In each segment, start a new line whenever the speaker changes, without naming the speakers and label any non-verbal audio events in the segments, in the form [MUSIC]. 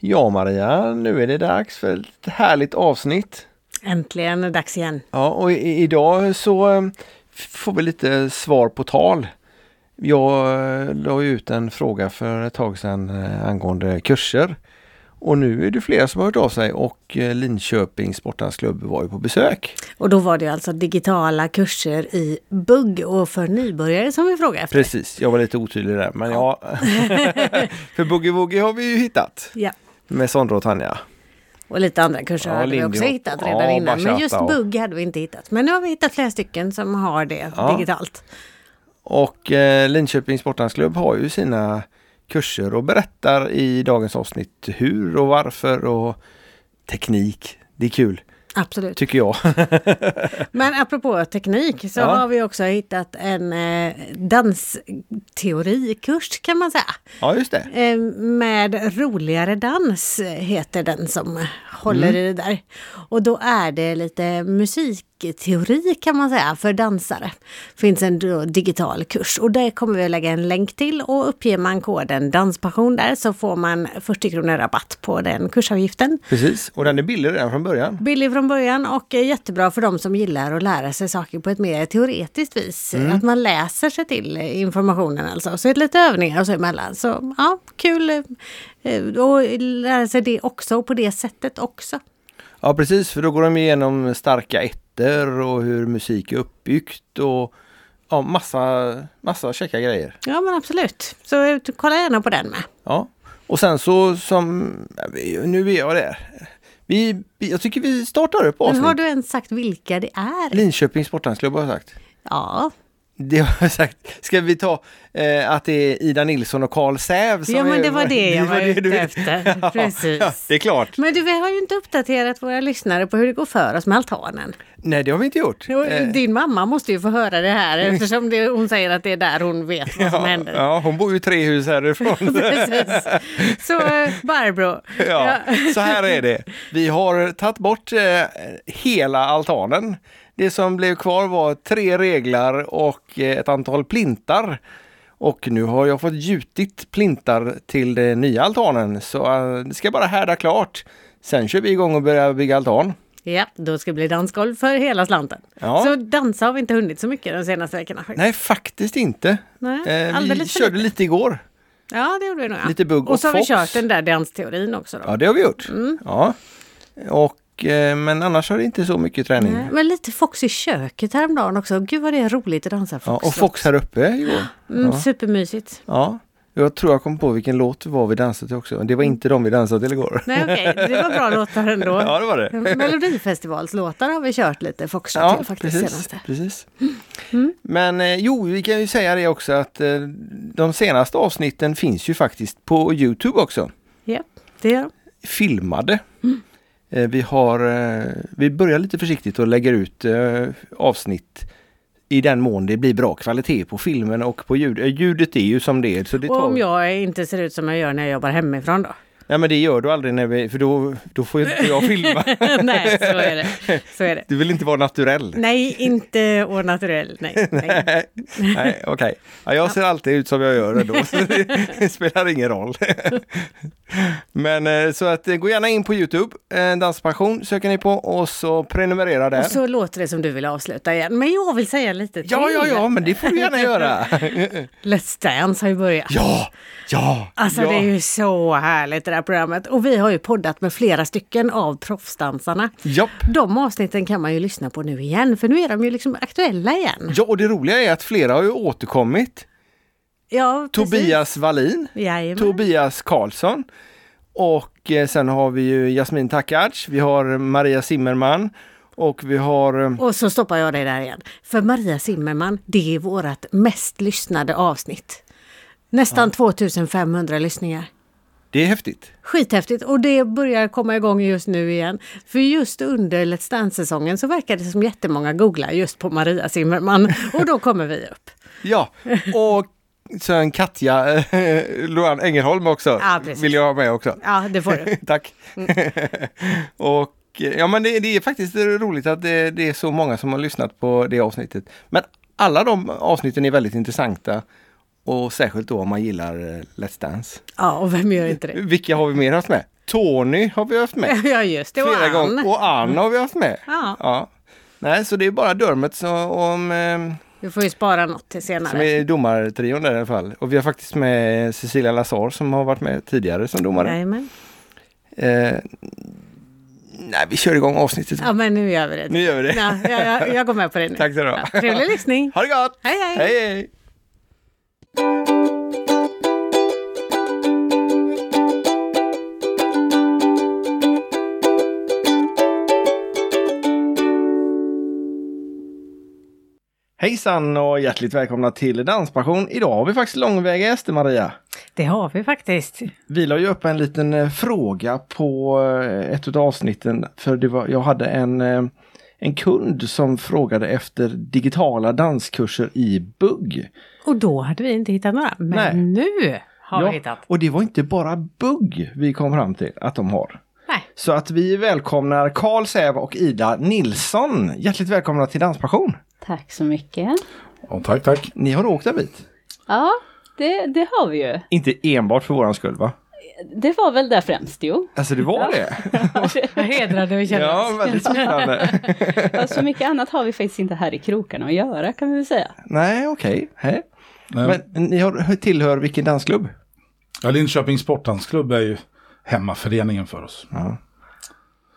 Ja Maria, nu är det dags för ett härligt avsnitt.
Äntligen är det dags igen.
Ja, och i, idag så eh, får vi lite svar på tal. Jag eh, la ju ut en fråga för ett tag sedan eh, angående kurser. Och nu är det flera som har hört av sig och eh, Linköpings Sportans klubb var ju på besök.
Och då var det ju alltså digitala kurser i bugg och för nybörjare som vi frågade efter.
Precis, jag var lite otydlig där men ja. [LAUGHS] för Boogie Woogie har vi ju hittat
Ja.
med Sondra och Tanja.
Och lite andra kurser
Ja,
hade vi
lindy
också
och-
hittat
ja,
redan innan. Men
bachata
just
och-
bugg hade vi inte hittat. Men nu har vi hittat flera stycken som har det
Ja.
digitalt.
Och eh, Linköpings Sporthandsklubb har ju sina kurser och berättar i dagens avsnitt hur och varför och teknik. Det är kul, [LAUGHS]
Absolut.
tycker jag.
Men apropå teknik så
Ja.
har vi också hittat en eh, dansteorikurs kan man säga.
Ja, just det.
Eh, Med roligare dans eh, heter den som eh, håller i det där. Och då är det lite musikteori kan man säga för dansare. Finns en då digital kurs och där kommer vi att lägga en länk till och uppger man koden danspassion där så får man 40 kronor rabatt på den kursavgiften.
Precis, och den är billig redan från början.
Billig från början och eh, jättebra för de som gillar att lära sig saker på ett mer teoretiskt vis.
Mm.
Att man läser sig till eh, informationen alltså. Så är det lite övningar och så emellan. Så ja, kul. eh, Och lära sig det också och på det sättet också.
Ja, precis, för då går de igenom starka ettor och hur musik är uppbyggt och ja, massa, massa käcka grejer.
Ja men absolut. Så eh, kolla gärna på den med.
Ja, och sen så som, nu är jag där. Vi, vi- jag tycker vi startar upp
Men har
avsnitt.
du ens sagt vilka det är?
Linköpings Sporthandsklubb har jag sagt.
Ja,
Det har jag sagt. Ska vi ta eh, att det är Ida Nilsson och Carl Säv som
ja men
är-
det var det jag
var [LAUGHS]
var
det du-
ute efter.
[LAUGHS] Ja,
Precis.
det är klart.
Men du, vi har ju inte uppdaterat våra lyssnare på hur det går för oss med altanen.
Nej, det har vi inte gjort.
Jo,
Eh,
Din mamma måste ju få höra
[LAUGHS]
det här eftersom det, hon säger att det är där hon vet vad som
Eh, ja,
händer.
ja, hon bor ju tre hus härifrån.
[LAUGHS] Precis. Så eh, Barbro,
Ja,
ja.
så här är det. Vi har tagit bort eh, hela altanen. Det som blev kvar var tre reglar och eh, ett antal plintar. Och nu har jag fått gjutit plintar till den nya altanen så eh, det ska bara härda klart. Sen kör vi igång och börjar bygga altan.
ja, då ska det bli dansgolv för hela slanten.
Ja.
Så dansa har vi inte hunnit så mycket de senaste veckorna. faktiskt.
Nej, faktiskt inte.
Nej,
eh, vi
alldeles för
körde lite igår.
Ja, det gjorde vi nog. Ja.
Lite bugg
och så
och
har vi
fox.
kört den där dansteorin också. Då.
Ja, det har vi gjort.
Mm.
Ja. Och, eh, men annars har det inte så mycket träning.
Nej, Eh, Men lite Fox i köket häromdagen också. Gud vad det är roligt att dansa
Ja,
Fox.
och Fox här uppe igår.
Mm, supermysigt.
Ja. Jag tror jag kom på vilken låt det var vi dansade till också. Det var inte de vi dansade till
[LAUGHS]
igår.
Nej okej, det var bra låtar ändå.
[LAUGHS] Ja, det var det.
Melodifestivalslåtar har vi kört lite foxtrot till faktiskt
precis.
senaste. Mm.
precis. Men eh, jo, vi kan ju säga det också att eh, de senaste avsnitten finns ju faktiskt på Youtube också.
Ja, det gör de.
filmade. Eh, Vi, har, eh, vi börjar lite försiktigt och lägger ut eh, avsnitt i den mån det blir bra kvalitet på filmen och på ljud. Eh, Ljudet är ju som det är. Så det
Och
tar...
om jag inte ser ut som jag gör när jag jobbar hemifrån då? [LAUGHS]
Nej men det gör du aldrig när vi, för då, då får ju inte jag
[LAUGHS]
filma.
nej, så är det. Så är det.
Du vill inte vara naturell.
Nej, inte au naturel.
[LAUGHS]
Nej, nej.
Nej, okej. Ja, jag ser alltid ut som jag gör ändå, så det [LAUGHS] spelar ingen roll. Men eh, så att eh, gå gärna in på Youtube, eh, Danspassion söker ni på och så prenumerera där.
Och så låter det som du vill avsluta igen. Men jag vill säga lite till.
Ja, ja, ja, men det får du gärna
[LAUGHS]
göra.
Let's Dance har ju börjat.
Ja, ja,
Alltså
ja.
det är ju så härligt det här programmet. Och vi har ju poddat med flera stycken av proffsdansarna.
Japp.
De avsnitten kan man ju lyssna på nu igen, för nu är de ju liksom aktuella igen.
Ja, och det roliga är att flera har ju återkommit.
Ja, precis.
Tobias Wallin,
Jajamän.
Tobias Karlsson och eh, sen har vi ju Jasmin Takac, vi har Maria Zimmerman och vi har... eh,
Och så stoppar jag dig där igen. För Maria Zimmerman, det är vårt mest lyssnade avsnitt. Nästan 2500 lyssningar.
Det är häftigt.
Skithäftigt och det börjar komma igång just nu igen. För just under Let's Dance-säsongen så verkar det som jättemånga googlar just på Maria Zimmerman och då kommer vi
[LAUGHS]
upp. [LAUGHS]
Ja, och sen Katja eh, [LAUGHS] Loan Engelholm också,
Ja, precis.
vill jag ha med också.
Ja, det får du.
[LAUGHS] Tack!
Mm.
och eh, ja men det, det är faktiskt roligt att det, det är så många som har lyssnat på det avsnittet. Men alla de avsnitten är väldigt intressanta. Och särskilt då om man gillar eh, Let's Dance.
Ja, och vem gör inte det? [LAUGHS]
Vilka har vi mer haft med? Tony har vi haft med
Ja, just [LAUGHS] det. Och
flera
Ann.
gånger och Ann har vi haft med.
Ja.
Nej, så det är bara Dermot som, om, eh,
Vi får ju spara något till
som
senare.
är domartrion där i alla fall. Och vi har faktiskt med Cecilia Lazar som har varit med tidigare som domare.
Jajamän.
Eh, nej, vi kör igång avsnittet.
Ja, men nu gör vi det.
Nu gör vi det.
Ja, jag, jag, jag går med på det nu.
[LAUGHS] Tack så du ha.
Ja, trevlig lyssning.
Ha det gott!
Hej, hej.
hej, hej. Hejsan och hjärtligt välkomna till Danspassion. Idag har vi faktiskt långväga gäster Maria.
Det har vi faktiskt.
Vi la ju upp en liten eh, fråga på eh, ett av avsnitten. För det var, jag hade en, eh, en kund som frågade efter digitala danskurser i bugg.
Och då hade vi inte hittat några, men
Nej.
nu har
Ja,
vi hittat.
Och det var inte bara bugg vi kom fram till att de har.
Nej.
Så att vi välkomnar Carl Säv och Ida Nilsson. Hjärtligt välkomna till Danspassion.
Tack så mycket.
Ja, tack, tack.
Ni har åkt en bit.
Ja, det, det har vi ju.
Inte enbart för våran skull va?
Det var väl där främst, jo.
Alltså det var det?
[LAUGHS]
Vad hedrade vi känner
Ja,
oss.
väldigt smickrande.
Ja, Så mycket annat har vi faktiskt inte här i krokarna att göra, kan vi väl säga.
[LAUGHS] Nej, okej. Hej.
Nej.
Men ni har, tillhör vilken dansklubb?
Ja, Linköpings sporthandsklubb är ju hemmaföreningen för oss.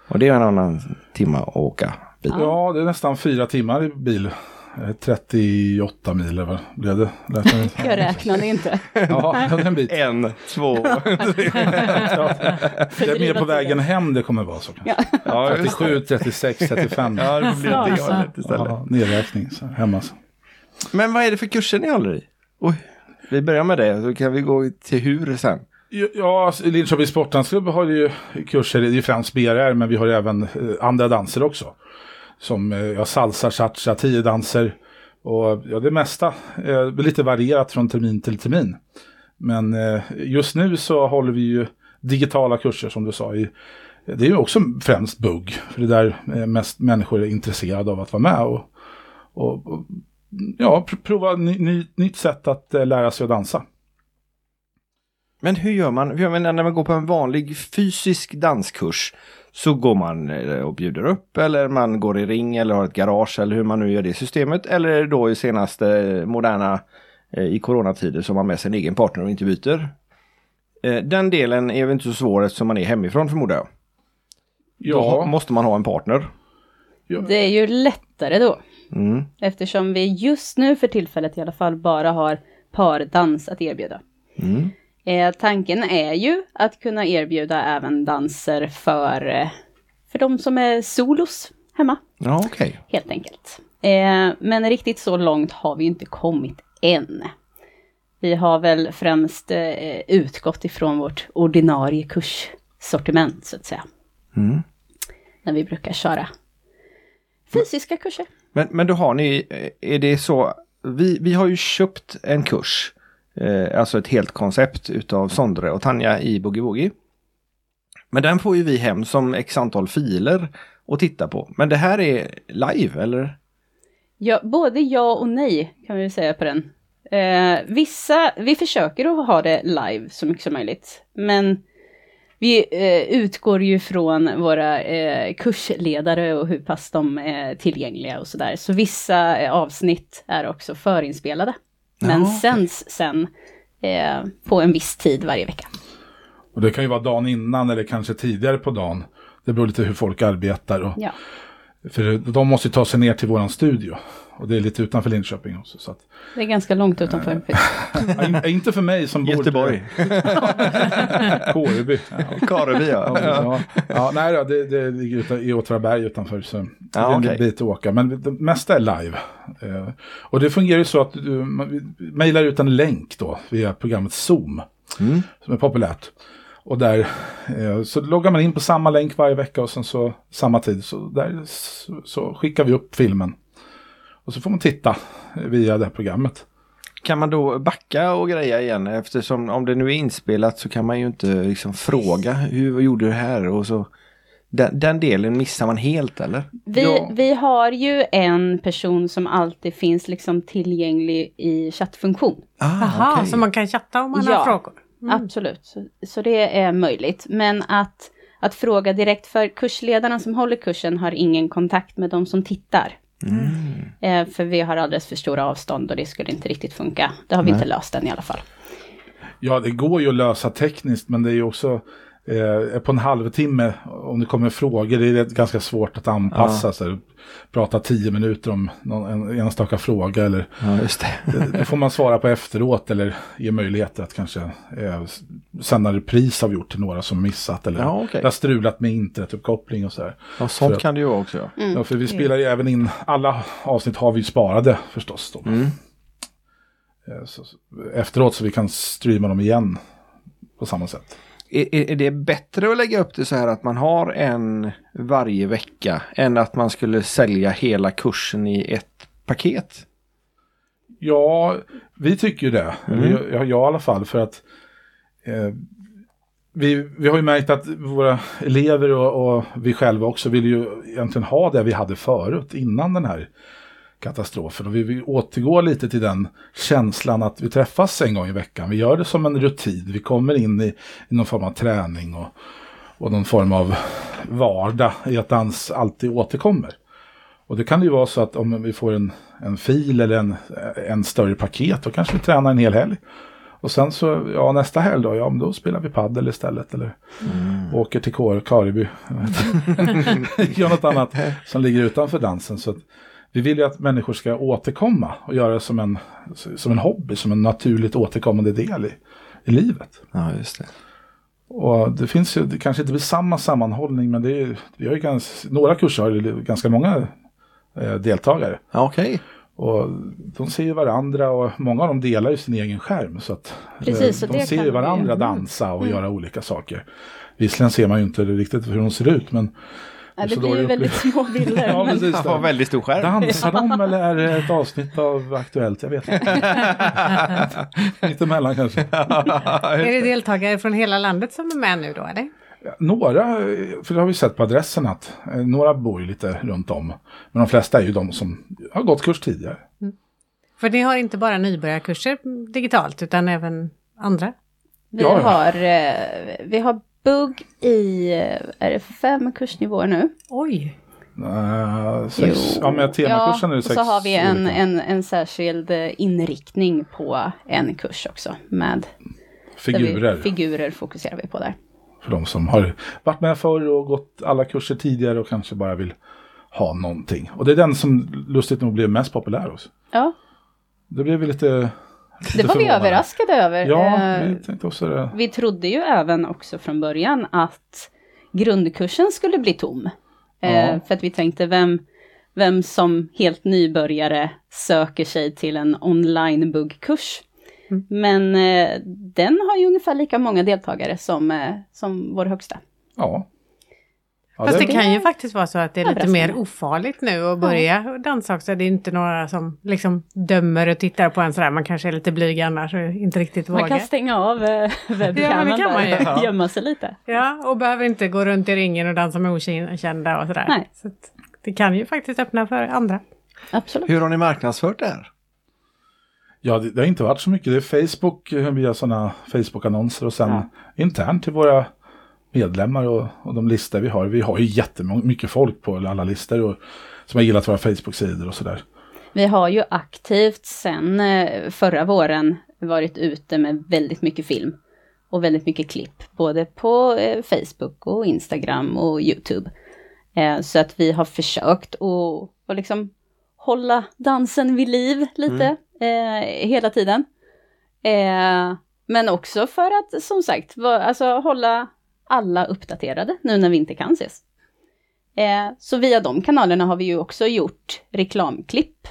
Och det är en annan timme att åka bil.
Ja, det är nästan fyra timmar i bil. Eh, 38 mil eller vad blev det? Lät mig-
[LAUGHS] Jag räknade inte.
Ja, det
[LAUGHS]
är en bit.
En, två,
Det är mer på vägen hem det kommer vara så kanske.
ja, just det.
37, 36, 35.
Ja, det blir lite galet istället.
Ja, nedräkning så, hemma. Så.
Men vad är det för kurser ni håller i? Oj, vi börjar med det, så kan vi gå till hur sen.
Ja, alltså, Linköpings sportdansklubb har ju kurser, det är ju främst BRR, men vi har även eh, andra danser också. Som eh, ja, salsa, cha-cha, tio danser och ja, det mesta. Eh, lite varierat från termin till termin. Men eh, just nu så håller vi ju digitala kurser som du sa. I, det är ju också främst bugg, för det är där eh, mest människor är intresserade av att vara med och, och, och ja, pr- prova ny, ny, nytt sätt att eh, lära sig att dansa.
Men hur gör man? Hur gör man när man går på en vanlig fysisk danskurs? Så går man eh, och bjuder upp eller man går i ring eller har ett garage eller hur man nu gör det systemet. Eller då i senaste eh, moderna eh, i coronatider som man med sin egen partner och inte byter. Eh, Den delen är väl inte så svår eftersom man är hemifrån förmodar jag. Då ha- måste man ha en partner.
Det är ju lättare då,
Mm.
eftersom vi just nu för tillfället i alla fall bara har pardans att erbjuda.
Mm.
Eh, tanken är ju att kunna erbjuda även danser för, eh, för de som är solos hemma.
Ja, okej.
helt enkelt. Eh, men riktigt så långt har vi inte kommit än. Vi har väl främst eh, utgått ifrån vårt ordinarie kurssortiment, så att säga.
Mm.
När vi brukar köra fysiska kurser.
Men, men då har ni, eh, är det så, vi, vi har ju köpt en kurs, eh, alltså ett helt koncept utav Sondre och Tanja i Boogie Woogie. Men den får ju vi hem som x antal filer och titta på. Men det här är live, eller?
Ja, både ja och nej kan vi väl säga på den. Eh, vissa, vi försöker att ha det live så mycket som möjligt, men vi eh, utgår ju från våra eh, kursledare och hur pass de är tillgängliga och sådär. Så vissa eh, avsnitt är också förinspelade, men
Ja, okej.
sänds sen eh, på en viss tid varje vecka.
Och det kan ju vara dagen innan eller kanske tidigare på dagen. Det beror lite hur folk arbetar. Och,
Ja.
För de måste ju ta sig ner till våran studio. Och det är lite utanför Linköping också. Så att,
Det är ganska långt utanför.
Ja, in, inte för mig som bor
Göteborg,
[LAUGHS] Kåreby. Ja,
Kareby
ja,
ja.
ja. ja, nej då, det, det ligger utan, i Åtvidaberg utanför. Så det
Ja,
är en
okej.
bit att åka. Men det mesta är live. Eh, och det fungerar ju så att du man- vi mejlar ut en länk då via programmet Zoom. Som är populärt. Och där eh, så loggar man in på samma länk varje vecka och sen så samma tid. Så där så, så skickar vi upp filmen. Och så får man titta via det här programmet.
Kan man då backa och greja igen? Eftersom om det nu är inspelat så kan man ju inte liksom fråga hur gjorde du det här och så. Den, den delen missar man helt eller?
Vi,
Ja.
vi har ju en person som alltid finns liksom tillgänglig i chattfunktion.
Ah,
Jaha,
okej.
så man kan chatta om man
Ja.
har frågor.
Absolut, så, så det är möjligt. Men att, att fråga direkt, för kursledarna som håller kursen har ingen kontakt med de som tittar.
Mm.
Eh, för vi har alldeles för stora avstånd och det skulle inte riktigt funka. Det har vi inte löst än i alla fall.
Ja, det går ju att lösa tekniskt, men det är ju också eh, på en halvtimme, om det kommer frågor, det är rätt- ganska svårt att anpassa sig. Prata tio minuter om någon, en enstaka fråga eller
Ja, just det.
det får man svara på efteråt eller ge möjlighet att kanske eh, s- sända en repris har vi gjort till några som missat eller
Ja, okej.
det har strulat med internetuppkoppling och sådär.
[LAUGHS] Ja,
För
sånt
att-
kan det ju vara också. Ja.
Ja, för vi spelar ju även in, alla avsnitt har vi ju sparade förstås då. Eh, Så, så, efteråt så vi kan streama dem igen på samma sätt.
Är, är- är det bättre att lägga upp det så här att man har en varje vecka än att man skulle sälja hela kursen i ett paket?
Ja, vi tycker ju det. Eller Jag, jag, jag i alla fall. För att eh, vi, vi har ju märkt att våra elever och, och vi själva också vill ju egentligen ha det vi hade förut innan den här katastrofen. Och vi vill återgå lite till den känslan att vi träffas en gång i veckan. Vi gör det som en rutin. Vi kommer in i, i någon form av träning och, och någon form av vardag i att dans alltid återkommer. Och det kan det ju vara så att om vi får en, en fil eller en, en större paket, då kanske vi tränar en hel helg. Och sen så, ja nästa helg då, ja men då spelar vi paddel istället eller åker till Kar- Kareby. Jag vet inte. Gör något annat som ligger utanför dansen. Så att vi vill ju att människor ska återkomma och göra det som en, som en hobby, som en naturligt återkommande del i, i livet.
Ja, just det.
Och det finns ju, det kanske inte blir samma sammanhållning, men det är, ju- vi har ju ganska, några kurser har ju ganska många eh, deltagare.
Ja, okej.
Och de ser ju varandra och många av dem delar ju sin egen skärm. Så att eh,
Precis, och
de
det
ser
kan
ju
man ju- Mm.
varandra dansa och göra olika saker. Visserligen ser man ju inte riktigt hur de ser
[LAUGHS]
ut, men
Nej,
Så
det
då är
blir ju
det-
väldigt små bilder.
[LAUGHS] ja, precis.
Det var
Då.
väldigt stor skärm.
Dansar de eller är det ett avsnitt av Aktuellt? Jag vet inte.
[LAUGHS]
Mitt emellan kanske.
Är det deltagare från hela landet som är med nu då eller?
Några, eh, för det har vi sett på adressen att eh, några bor ju lite runt om. Men de flesta är ju de som har gått kurs tidigare.
För ni har inte bara nybörjarkurser digitalt utan även andra?
Vi,
Ja, ja.
har, eh, vi har bugg i, eh, är det fem kursnivåer nu?
Oj!
Eh, sex,
Jo.
ja, men temakursen
ja,
är det
och
sex
så har vi en,
olika.
en, en särskild eh, inriktning på en kurs också med där
figurer.
Vi, figurer fokuserar vi på där.
För de som har varit med förr och gått alla kurser tidigare och kanske bara vill ha någonting. Och det är den som lustigt nog blev mest populär hos.
Ja,
Det blev vi lite... lite
det var vi
förvånade.
överraskade över.
Ja,
Eh,
vi tänkte också det.
vi trodde ju även också från början att grundkursen skulle bli tom.
Ja.
Eh, för att vi tänkte vem, vem som helt nybörjare söker sig till en online buggkurs.
Mm.
Men eh, den har ju ungefär lika många deltagare som, eh, som vår högsta.
Ja. ja
Fast det,
det-
kan ju faktiskt vara så att det är lite
Överraskande.
mer ofarligt nu att börja dansa också. Det är inte några som liksom dömer och tittar på en sådär. Man kanske är lite blyg annars och inte riktigt
Man kan
vågar.
stänga av eh,
[LAUGHS] Ja, men det
webbkameran
kan man ju.
där och gömma sig lite.
Ja, och behöver inte gå runt i ringen och dansa med okända och sådär.
Nej.
Så att det kan ju faktiskt öppna för andra.
Absolut.
Hur har ni marknadsfört det här?
Ja, det, det har inte varit så mycket. Det är Facebook eh, via sådana Facebook-annonser och sen internt till våra medlemmar och, och de listor vi har. Vi har ju jättemycket folk på alla listor och, som har gillat våra Facebook-sidor och sådär.
Vi har ju aktivt sen eh, förra våren varit ute med väldigt mycket film och väldigt mycket klipp, både på eh, Facebook och Instagram och YouTube. Eh, Så att vi har försökt att att liksom hålla dansen vid liv lite eh, hela tiden. Eh, Men också för att som sagt va- alltså, hålla alla uppdaterade nu när vi inte kan ses. Eh, Så via de kanalerna har vi ju också gjort reklamklipp,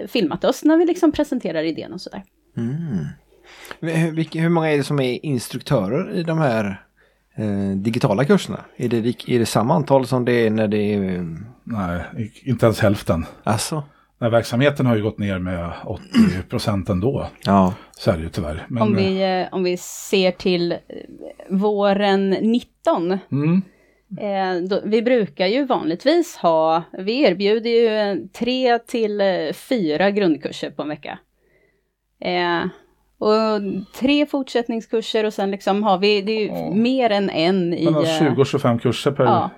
eh, filmat oss när vi liksom presenterar idén och sådär.
Mm. Hur, vilka- hur många är det som är instruktörer i de här eh, digitala kurserna? Är det, lik- är det samma antal som det är när det är... eh,
Nej, i- inte ens hälften.
Alltså?
Nej, verksamheten har ju gått ner med 80 procent ändå.
Ja.
Så är det ju tyvärr. Men,
Om vi, eh, om vi ser till eh, våren 19,
Mm,
eh, då, vi brukar ju vanligtvis ha, vi erbjuder ju eh, tre till eh, fyra grundkurser på en vecka. Eh, Och tre fortsättningskurser och sen liksom har vi, det är ju
Ja.
mer än en i...
Mellan
eh,
20 och 25 kurser per,
ja,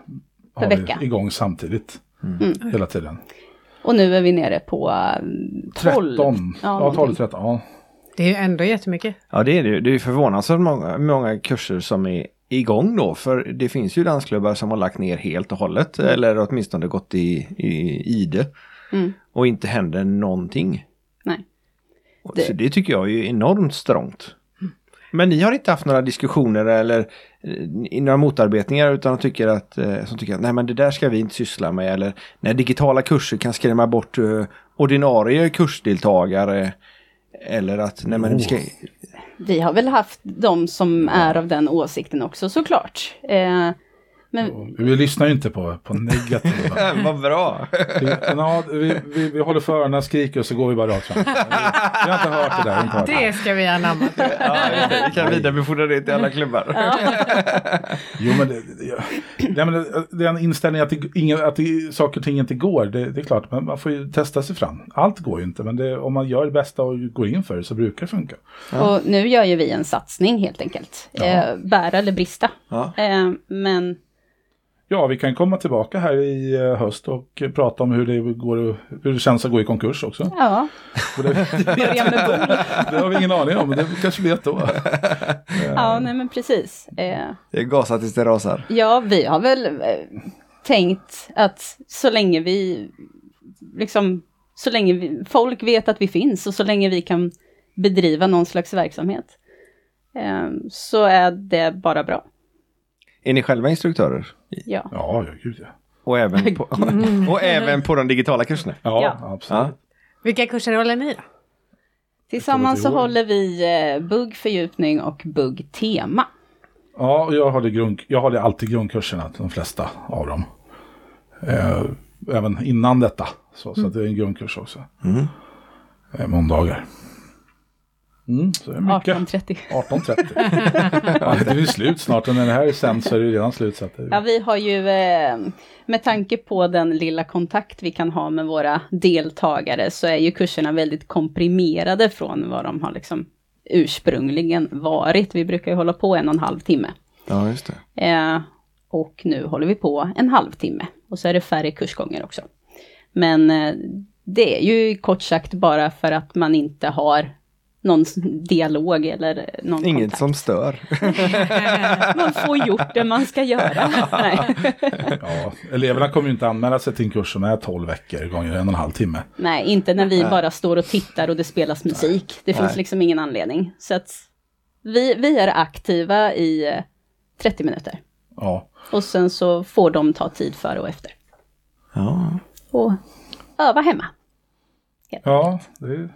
per
har vi
vecka. Mm.
igång samtidigt. Hela tiden.
Och nu är vi nere på eh,
13.
12.
Ja, 12,
någonting.
13. Ja.
Det är ju ändå jättemycket.
Ja det är det ju. Det är ju förvånansvärt många, många kurser som är igång då. För det finns ju dansklubbar som har lagt ner helt och hållet. Eller åtminstone gått i, i ide.
Mm.
Och inte händer någonting.
Nej.
Och
Det- Mm.
Så det tycker jag är ju enormt strångt. Men ni har inte haft några diskussioner eller eh, i några motarbetningar utan tycker att, eh, som tycker att nej men det där ska vi inte syssla med eller när digitala kurser kan skrämma bort eh, ordinarie kursdeltagare eller att nej men vi ska,
Vi har väl haft de som är av den åsikten också såklart. Eh, men
Och Vi lyssnar ju inte på, på negativa.
[LAUGHS] Äh, Vad bra!
Det- Ja, vi, vi, vi håller för öronen, skriker och så går vi bara rakt fram. Vi, vi har inte hört det där. Inte hört det.
Det ska vi anamma.
[LAUGHS]
Ja, just det. vi kan vidarebefordra det till alla klubbar.
Jo, men det, det, ja. Nej, men det- den inställningen att, det, ingen, att det, saker och ting inte går, det, det är klart, men man får ju testa sig fram. Allt går ju inte, men det, om man gör det bästa och går in för det så brukar det funka.
och nu gör ju vi en satsning helt enkelt. Eh, bära eller brista.
Ja.
Eh, men
Ja, vi kan komma tillbaka här i eh, höst och eh, prata om hur det, går, hur det känns att gå i konkurs också.
ja,
Och Det,
[LAUGHS] börja med bord.
det har vi ingen aning om, men det kanske
[LAUGHS]
vet då.
Ja, nej men precis. Eh,
Det är gasa tills det rasar.
Ja, vi har väl eh, tänkt att så länge vi, liksom, så länge vi, folk vet att vi finns och så länge vi kan bedriva någon slags verksamhet, eh, så är det bara bra.
Är ni själva instruktörer?
Ja.
Ja, ja, gud ja.
Och även på, [LAUGHS] och även på de digitala kurserna?
Ja,
Ja.
absolut.
Ja.
Vilka kurser håller ni då?
Tillsammans så
ihåg.
håller vi eh, bugg, fördjupning och bugg tema.
Ja, och jag hade, grund, jag hade alltid grundkurserna, de flesta av dem. Eh, även innan detta, så,
Mm.
så att det är en grundkurs också. Eh, måndagar. Mm, så är det mycket.
18.30. [LAUGHS]
18.30. ja, det är ju slut snart, och när det här är sänt så är det ju redan slut. Så att det,
Ja, vi har ju, eh, med tanke på den lilla kontakt vi kan ha med våra deltagare, så är ju kurserna väldigt komprimerade från vad de har liksom ursprungligen varit. Vi brukar ju hålla på en och en halv timme.
Ja, just det.
Eh, och nu håller vi på en halvtimme. Och så är det färre kursgånger också. Men eh, det är ju kort sagt bara för att man inte har någon s- dialog eller någon
Inget
kontakt.
som stör.
Man får gjort det man ska göra.
[LAUGHS]
Nej.
ja, eleverna kommer ju inte anmäla sig till en kurs som är 12 veckor gånger en och en halv timme.
Nej, inte när vi bara står och tittar och det spelas musik. Det finns
Nej.
liksom ingen anledning. Så att vi, vi är aktiva i eh, 30 minuter.
Ja,
Och sen så får de ta tid före och efter.
Ja.
Och öva hemma.
ja det,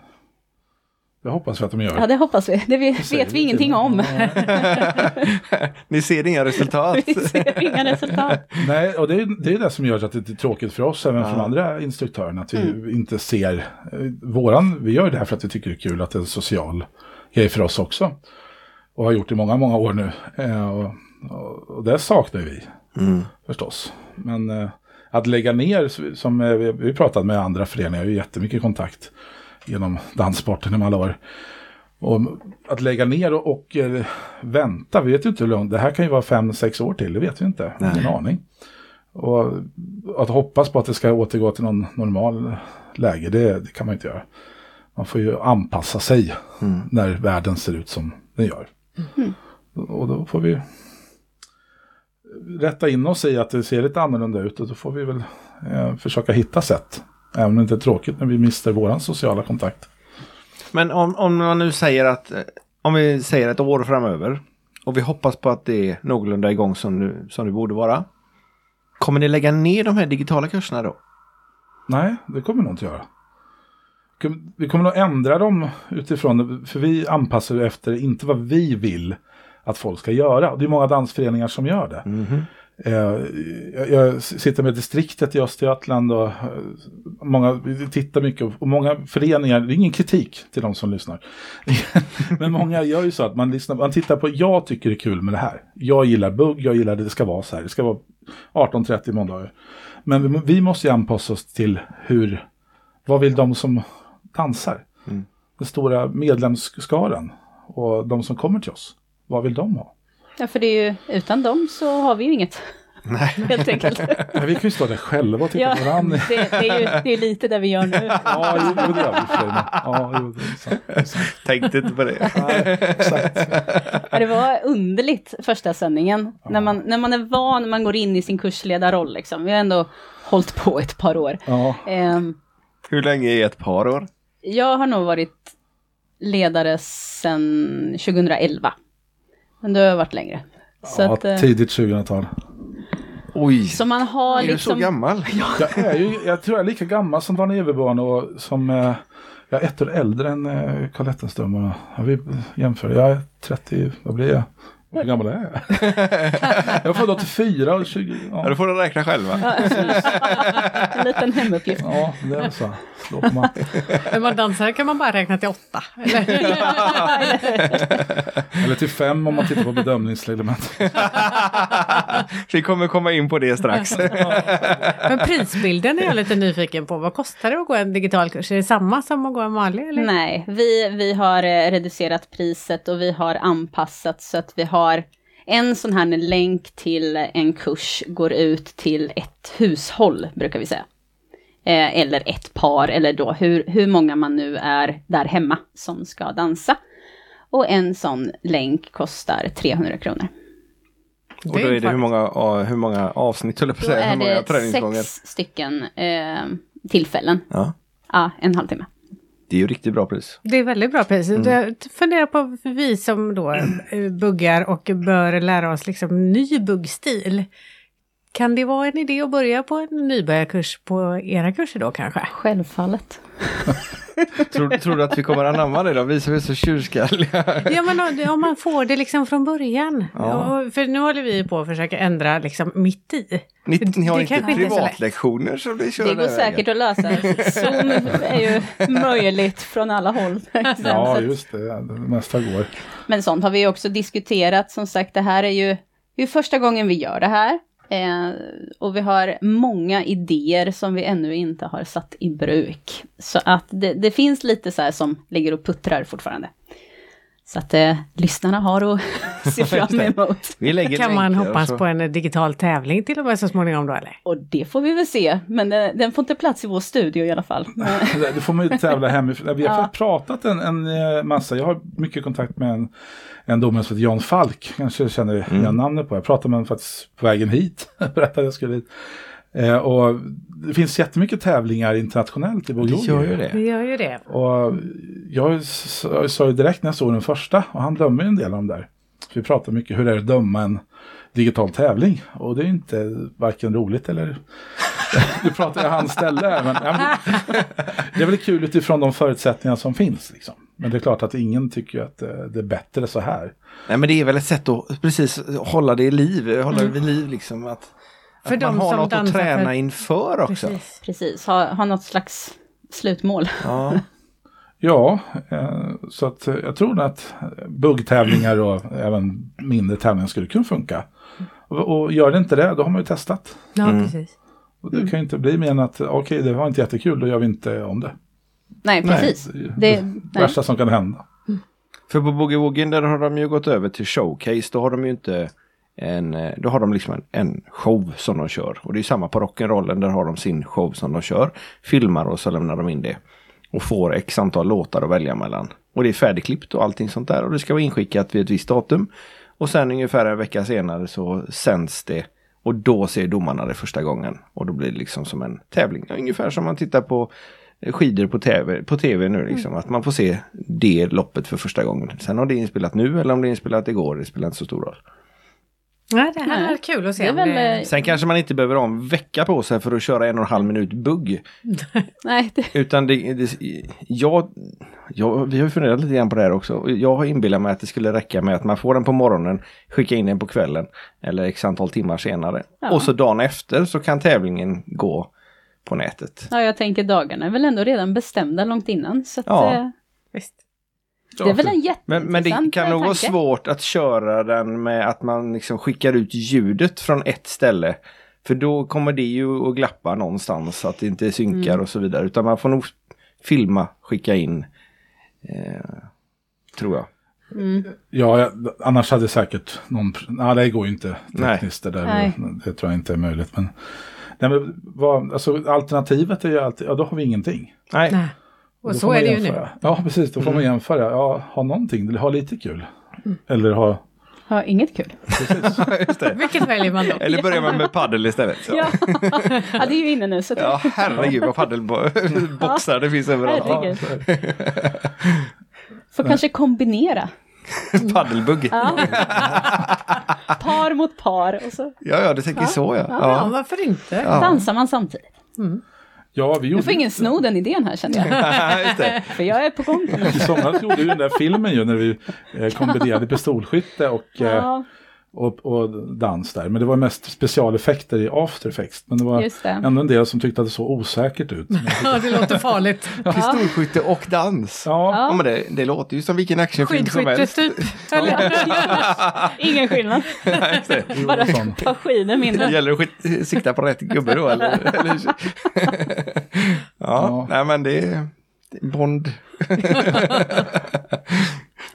det hoppas vi att de gör.
Ja, det hoppas vi. Det vi-
säger
vet vi
vi
ingenting
till dem.
om.
Ni ser inga resultat.
[LAUGHS]
[LAUGHS]
Vi ser inga resultat.
[LAUGHS] Nej, och det är det, är det som gör att det är tråkigt för oss, även för de andra instruktörerna, att vi inte ser eh, våran, vi gör det här för att vi tycker det är kul att det är en social grej för oss också. Och har gjort det i många, många år nu. Eh, och, och, och det saknar vi, förstås. Men eh, att lägga ner, s- som eh, vi, vi pratat med andra föreningar, vi har ju jättemycket kontakt genom danssporten i alla år. Och att lägga ner och, och eh, vänta, vi vet ju inte hur långt, det här kan ju vara fem, sex år till, det vet vi inte, ingen aning. Och att hoppas på att det ska återgå till någon normal läge, det, det kan man ju inte göra. Man får ju anpassa sig när världen ser ut som den gör. Och då får vi rätta in oss i att det ser lite annorlunda ut och då får vi väl eh, försöka hitta sätt. Även om det inte är tråkigt när vi mister våran sociala kontakt.
Men om, om man nu säger att eh, om vi säger ett år framöver och vi hoppas på att det är någorlunda igång som du, som det borde vara. Kommer ni lägga ner de här digitala kurserna då?
Nej, det kommer vi nog inte göra. Kom- Vi kommer nog ändra dem utifrån, för vi anpassar ju efter inte vad vi vill att folk ska göra. Och Det är många dansföreningar som gör det. Eh, jag, jag sitter med distriktet i Östergötland och eh, många, vi tittar mycket och många föreningar, det är ingen kritik till de som lyssnar. [LAUGHS] Men många gör ju så att man, lyssnar, man tittar på, jag tycker det är kul med det här. Jag gillar bugg, jag gillar det, det ska vara så här, det ska vara 18.30 måndagar. Men vi, vi måste ju anpassa oss till hur, vad vill de som dansar? den stora medlemsskaran och de som kommer till oss. Vad vill de ha?
Ja, för det är ju, utan dem så har vi ju inget.
Nej.
[LAUGHS] Helt enkelt.
Ja, vi kan ju stå där själva och titta
Ja,
på varandra.
det, det är ju det är lite det vi gör nu.
Ja, jo, jo, det gör vi i och för sig, men- ja, jo, det är [LAUGHS] sant.
Tänkte inte på det.
Ja, Det var underligt första sändningen. När, man, när man är van, man går in i sin kursledarroll liksom. Vi har ändå hållit på ett par år.
Ja,
Ehm,
[LAUGHS] Hur länge är ett par år?
Jag har nog varit ledare sedan 2011. Men det har jag varit längre. Så,
ja,
att, eh,
tidigt 2000-tal.
Oj,
så man har
är du så
liksom...
gammal?
Jag, är ju, jag tror jag är lika gammal som Daniel Everborn och som eh, jag är ett år äldre än eh, Carl Ettenstam. och Ja, vi jämför. Jag är 30, vad blir jag? Hur gammal är jag? [LAUGHS] jag är född 84 och 20.
Ja,
Ja,
då får du räkna själva.
en liten hemuppgift.
ja det är väl så. Slå på man.
Men man dansare kan man bara räkna till åtta. Eller?
Eller till fem om man tittar på bedömningsreglementet.
[LAUGHS] Vi kommer komma in på det
[LAUGHS]
strax.
Men prisbilden är jag lite nyfiken på. Vad kostar det att gå en digital kurs? Är det samma som att gå en vanlig? Eller?
Nej, vi, vi har eh, reducerat priset och vi har anpassat så att vi har en sån här länk till en kurs går ut till ett hushåll, brukar vi säga. Eh, eller ett par, eller då hur, hur många man nu är där hemma som ska dansa. Och en sån länk kostar 300 kronor.
Och då är det hur många, ja, hur många avsnitt, höll jag på att
Då
säga, hur
är
många
det
träningsgånger.
sex stycken eh, tillfällen.
Ja,
Ja, en halvtimme.
det är ju riktigt bra pris.
Det är väldigt bra pris. Jag funderar på för vi som då eh, buggar och bör lära oss liksom ny buggstil. Kan det vara en idé att börja på en nybörjarkurs på era kurser då kanske?
Självfallet.
Tror, tror du att vi kommer anamma det då? Vi som är så
[LAUGHS]
tjurskalliga.
Ja men om- om man får det liksom från början. Och, för nu håller vi på att försöka ändra liksom mitt i.
Ni, ni har
Det
inte
kanske inte är så lätt.
privatlektioner som ni kör
Det
den här
går säkert att lösa. Zoom är ju möjligt från alla håll.
Ja,
Så att-
just det. Det mesta går.
Men sånt har vi också diskuterat. Som sagt, det här är ju det är första gången vi gör det här. Eh, och vi har många idéer som vi ännu inte har satt i bruk. Så att det, det finns lite så här som ligger och puttrar fortfarande. Så att eh, lyssnarna har att [LAUGHS] se fram emot.
Vi lägger
Kan man
länkar och
hoppas
så-
på en digital tävling till och med så småningom då eller?
Och det får vi väl se, men den, den får inte plats i vår studio i alla fall. Men-
Det där- det får man ju tävla hemifrån. Vi har faktiskt pratat en, en eh, massa. Jag har mycket kontakt med en, en domare som heter Jan Falk. Kanske känner
Mm.
jag namnet på. Jag pratade med honom faktiskt på vägen hit. [LAUGHS] Berättade jag skulle hit. Eh, och det finns jättemycket tävlingar internationellt i
Det
Bulgarien.
gör ju
Vi
det.
gör ju det.
Och jag s- jag sa ju direkt när jag såg den första, och han dömer ju en del av dem där. Så vi pratar mycket hur det är att döma en digital tävling. Och det är ju inte varken roligt eller... [LAUGHS] Nu pratar jag hans ställe här, men, ja, men [LAUGHS] det är väl kul utifrån de förutsättningar som finns. Liksom. Men det är klart att ingen tycker ju att eh, det är bättre så här.
Nej men det är väl ett sätt att precis hålla det i liv, hålla det vid liv liksom. Att,
Mm. För
att man
de
har
som
något att
dansar för-
träna inför också.
Precis.
Precis, ha, ha något slags slutmål.
Ja.
Ja, eh, så att eh, jag tror att buggtävlingar och även mindre tävlingar skulle kunna funka. Och, och gör det inte det, då har man ju testat.
Ja, precis.
Och det kan ju inte bli mer än att okej, det var inte jättekul, då gör vi inte om det.
Nej, precis.
Det,
Det, nej.
värsta som kan hända.
För på Boogie Woogie där har de ju gått över till showcase. Då har de ju inte en, eh, då har de liksom en, en show som de kör. Och det är samma på rock'n'rollen, där har de sin show som de kör. Filmar och så lämnar de in det. Och får x antal låtar att välja mellan. Och det är färdigklippt och allting sånt där. Och det ska vara inskickat vid ett visst datum. Och sen ungefär en vecka senare så sänds det. Och då ser domarna det första gången. Och då blir det liksom som en tävling. Ungefär som man tittar på skidor på TV, på TV nu liksom. Att man får se det loppet för första gången. Sen om det är inspelat nu eller om det är inspelat igår, det spelar inte så stor roll.
Nej, det här
Nej.
är kul att se.
Det är
om
väl,
det-
eh,
Sen kanske man inte behöver ha en vecka på sig för att köra en och en halv minut bugg.
nej, det,
Utan det, det, jag, jag, vi har ju funderat lite grann på det här också. Och Jag har inbillat mig att det skulle räcka med att man får den på morgonen, skicka in den på kvällen eller x antal timmar senare.
Ja.
Och så dagen efter så kan tävlingen gå på nätet.
Ja, jag tänker dagarna är väl ändå redan bestämda långt innan. Så att,
Ja.
eh,
[LAUGHS] Visst.
det är väl en jätteintressant
Men, men det kan nog vara
eh, tanke.
svårt att köra den med att man liksom skickar ut ljudet från ett ställe. För då kommer det ju att glappa någonstans, att det inte synkar och så vidare. Utan man får nog filma, skicka in Eh, tror jag.
Ja, jag, annars hade säkert någon... Nej, det går ju inte
Nej.
tekniskt det där.
Nej.
Det tror jag inte är möjligt. Men, nej, men vad, alltså, alternativet är ju alltid, ja då har vi ingenting.
Nej.
Nej. Och
Då
så
får man
är det ju nu.
jämföra. Ja, precis. Då får man jämföra. Ja, ha någonting, ha lite kul.
Mm.
Eller ha...
Har
[LAUGHS]
inget kul.
Just det.
Vilket
[LAUGHS]
väljer man då?
Eller börjar man med paddel istället? Så.
Ja. ja, det är ju inne nu. Så att,
Ja, herregud vad paddelboxar det finns överallt.
herregud. Får kanske kombinera.
Paddelbugg. [LAUGHS]
Ja. par mot par och så
Ja, ja, du tänker så ja.
Ja,
ja.
varför inte?
dansar man samtidigt.
Ja, vi
Nu
gjorde...
får ingen sno den idén här känner jag.
Just det.
För jag är
[LAUGHS]
på gång.
I somras gjorde vi den där filmen ju när vi eh,
[LAUGHS]
kombinerade pistolskytte och, eh,
Ja,
och, och dans där. Men det var mest specialeffekter i After Effects. Men det var
Just det.
ändå en del som tyckte att det såg
[LAUGHS]
osäkert ut. Men-
Ja, det låter farligt.
Pistolskytte och dans. Ja.
Ja,
men det, det låter ju som vilken actionfilm som
Skidskytte
helst.
typ. Eller?
[LAUGHS]
ingen skillnad.
det var
Bara
en sån.
ett par skidor
Det
mindre.
gäller att skit, sikta på rätt gubbe då eller? eller ja,
Ja.
nej men det är det är Bond.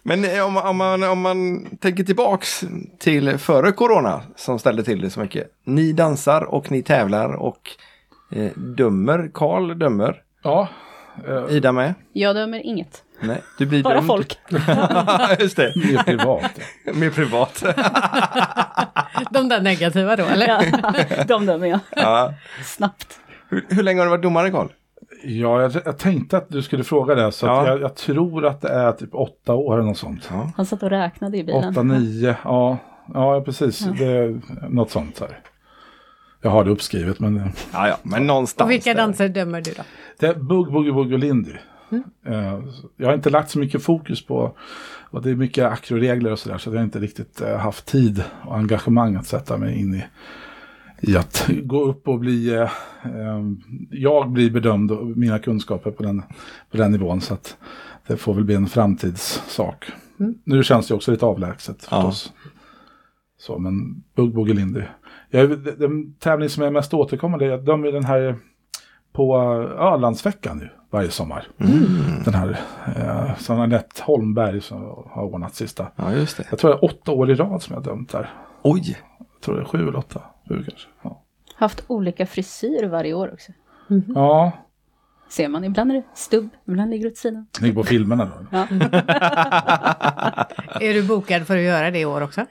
men eh, om, om, man, om man tänker tillbaks till före corona som ställde till det så mycket. Ni dansar och ni tävlar och eh, dömer. Karl dömer.
Ja, eh,
Ida med.
Jag
[LAUGHS]
dömer inget.
Nej, du blir
Bara
dömd. [LAUGHS]
folk.
Just det,
det är privat.
mer privat.
De där negativa då, eller?
Ja, de dömer jag.
ja.
Snabbt.
hur, hur länge har du varit domare Karl?
Ja, jag, jag tänkte att du skulle fråga det. Så att
Ja.
jag, jag tror att det är typ åtta år eller något sånt.
Han satt och räknade i bilen.
Åtta, nio, ja. Ja, precis. Det är något sånt så här. Jag har det uppskrivet men... eh,
Ja, ja, men någonstans.
Och vilka
där.
danser dömer du då?
Det är Bug, Boogie, Woogie och Lindy. Eh, Jag har inte lagt så mycket fokus på, och det är mycket akroregler och sådär, så jag har inte riktigt eh, haft tid och engagemang att sätta mig in i, i att [LAUGHS] gå upp och bli, eh, eh, jag blir bedömd och mina kunskaper på den, på den nivån. Så att det får väl bli en framtidssak. Nu känns det också lite avlägset förstås. Så, men Bug, Boogie, Lindy. Jag, är- den- den tävling som är mest återkommande, jag dömer ju den här på eh, Ölandsveckan nu varje sommar. Den här eh, som Anette Holmberg som har ordnat sista.
Ja, just det.
Jag tror det är åtta år i rad som jag har dömt där.
Oj!
Jag tror det är sju eller åtta. Sju kanske. Ja.
Haft olika frisyr varje år också.
Mm.
ja,
Ser man, ibland är det stubb, ibland ligger det åt sidan.
ligger på filmerna då.
Är du bokad för att göra det i år också?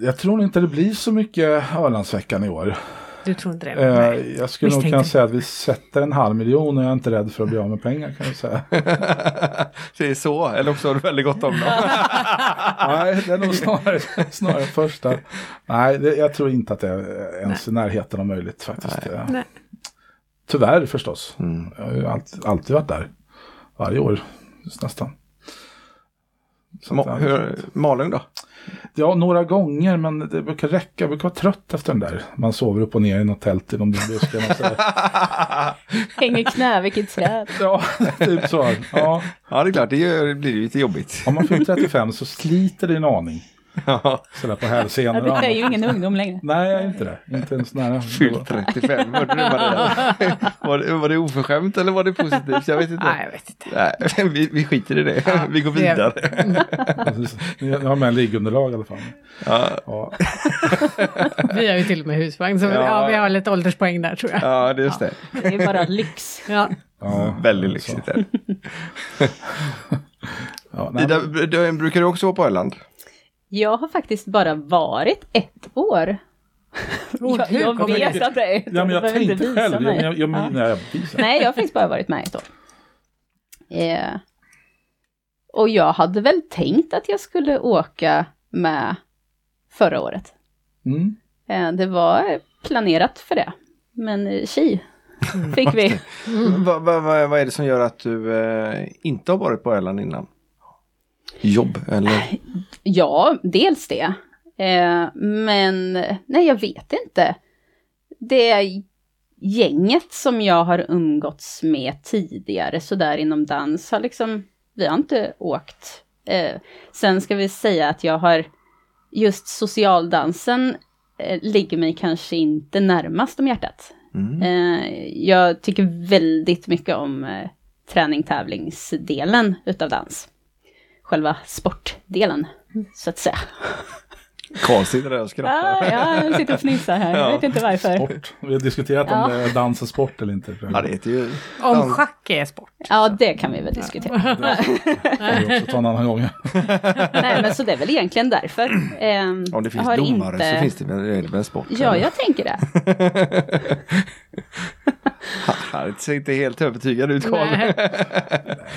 Jag tror inte det blir så mycket Ölandsveckan i år.
Du tror inte det?
Eh,
Nej.
jag skulle nog
Misstänkte.
kunna säga att vi sätter en halv miljon och jag är inte rädd för att bli av med pengar kan jag säga.
[LAUGHS] Det är så, eller också har du väldigt gott om dem.
Nej, det är nog snarare, snarare första. Nej, det, jag tror inte att det är ens i närheten av möjligt faktiskt. Eh,
Nej.
Tyvärr förstås. Jag har ju alltid, alltid varit där. Varje år just nästan. Så
[LAUGHS]
att
Ma
jag-
hur, Malung då?
Ja, några gånger, men det brukar räcka. Jag brukar vara trött efter den där. Man sover upp och ner i något tält i de där buskarna. och sådär.
Hänger Knävik i träd.
Ja, typ så. Ja,
[LAUGHS] Ja, det är klart, det gör- det blir ju lite jobbigt.
om man fyller 35 så sliter det en aning.
[LAUGHS] Ja,
Sådär
[LAUGHS]
på hälsenor
Ja,
och
Det är
annat.
ju ingen ungdom längre.
Nej, jag är inte det. Inte ens nära.
fyllt 35, hörde du Maria? [LAUGHS] Var det, var det oförskämt eller var det positivt? Jag vet inte.
Nej, jag vet inte.
Nej, [LAUGHS] vi, vi skiter i det, [LAUGHS] vi går
det-
vidare.
Precis. Ni har med en liggunderlag i alla fall.
Ja,
Ja,
Vi har ju till och med husvagn, så ja. vi har lite ålderspoäng där tror jag.
ja det är just det.
Det är bara lyx.
Ja.
ja,
Väldigt lyxigt.
så.
Där.
Ja, nej,
Ida, du- brukar du också vara på Öland?
Jag har faktiskt bara varit ett år.
Oh,
jag
hur
jag
kommer
vet
det-
att det är ett
ja,
år,
men
du
jag
behöver inte
tänkte
visa
själv. Jag,
mig.
jag, jag,
Ja.
nej, jag visar.
Nej, jag har faktiskt bara varit med ett år. Eh, och jag hade väl tänkt att jag skulle åka med förra året.
Mm.
Eh, det var planerat för det. Men eh, tji, fick vi.
Vad va, va, vad är det som gör att du eh, inte har varit på Öland innan? Jobb eller?
Ja, dels det. Eh, men nej, jag vet inte. Det gänget som jag har umgåtts med tidigare sådär inom dans har liksom, vi har inte åkt. Eh, sen ska vi säga att jag har, just socialdansen eh, ligger mig kanske inte närmast om hjärtat.
Mm.
Eh, jag tycker väldigt mycket om eh, träning, tävlingsdelen utav dans. Själva sportdelen, så att säga.
Karl sitter där och skrattar.
Ah, ja, jag sitter och fnissar här, jag vet inte varför.
Sport. Vi har diskuterat om
Ja.
det är dans och sport eller inte. tror jag.
Ja, det heter ju...
Om schack är sport.
Ja, det kan vi väl diskutera.
Det kan vi också ta en annan gång.
Nej, men så det är väl egentligen därför. Ehm,
Om det finns
jag har
domare
inte-
så finns det väl, det är det väl sport? [LAUGHS]
Ja, jag tänker det.
Haha, Det ser inte helt övertygad ut Karl.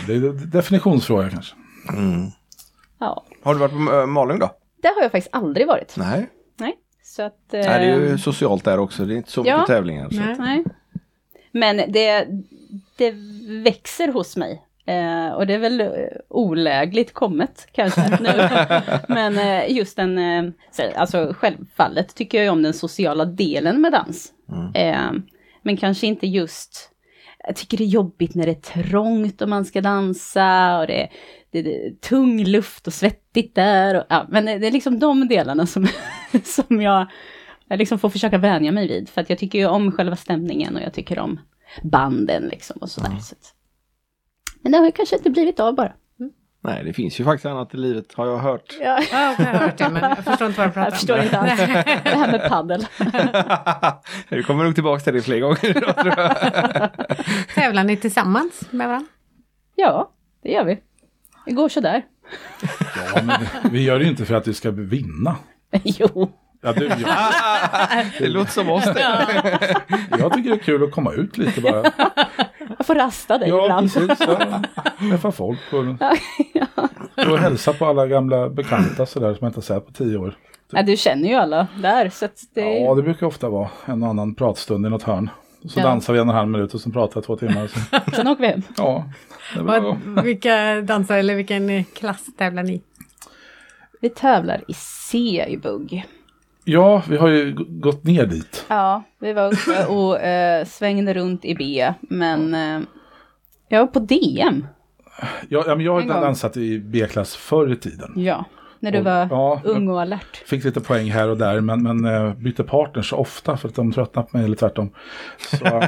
Det är en definitionsfråga kanske.
Ja.
[LAUGHS] Har du varit på eh, Malung då?
Det har jag faktiskt aldrig varit.
Nej.
Nej. Så att,
Nej, det är ju
ehm,
socialt där också. Det är inte så
Ja.
mycket tävlingar. Så.
Nej.
Nej. Men det, det växer hos mig. Eh, och det är väl eh, olägligt kommet kanske nu. Men eh, just den, eh, så- alltså självfallet tycker jag ju om den sociala delen med dans. Eh, men kanske inte just, jag tycker det är jobbigt när det är trångt och man ska dansa och det är, det är tung luft och svettigt där. Och, ja, men det det är liksom de delarna som, [LAUGHS] som jag jag liksom får försöka vänja mig vid, för att jag tycker ju om själva stämningen och jag tycker om banden liksom och
Mm.
sådär. Så att. Men det har ju kanske inte blivit av bara.
Nej, det finns ju faktiskt annat i livet har jag
[LAUGHS]
hört. [LAUGHS]
Ja,
Ja, jag har hört det, men jag förstår inte vad de
jag
pratar
förstår inte alls. Det här med paddel.
du kommer nog tillbaka till det fler gånger. idag, tror jag.
om. Tävlar ni tillsammans med varandra?
Ja, det gör vi. Det går sådär. [LAUGHS]
Ja, men vi gör det ju inte för att vi ska vinna.
Jo.
Ja, du, jag,
det låter som oss det.
jag tycker det är kul att komma ut lite bara.
Jag får rasta dig
Ja,
ibland.
precis. Ja. Träffa folk och, och hälsa på alla gamla bekanta sådär som jag inte har sett på tio år.
Ja, du känner ju alla där, så att det är
Ja,
ju...
det brukar ofta vara en och annan pratstund i något hörn. Och så
Ja.
dansar vi en och en halv minut och så pratar jag två
[LAUGHS]
timmar. och Så,
Sen åker vi hem.
ja, det var,
Vad, vilka dansare eller vilken klass tävlar ni [LAUGHS] i?
Vi tävlar i C i bugg.
ja, vi har ju g- gått ner dit.
Ja, vi var uppe och eh, svängde runt i B, men eh, jag var på DM.
Jag, ja, men jag har
En
ju
gång.
dansat i B-klass förr i tiden.
Ja, när du
Och-
var
ja, men-
ung och alert.
Fick lite poäng här och där, men, men eh, bytte partners så ofta för att de tröttnade på mig, eller tvärtom. Så,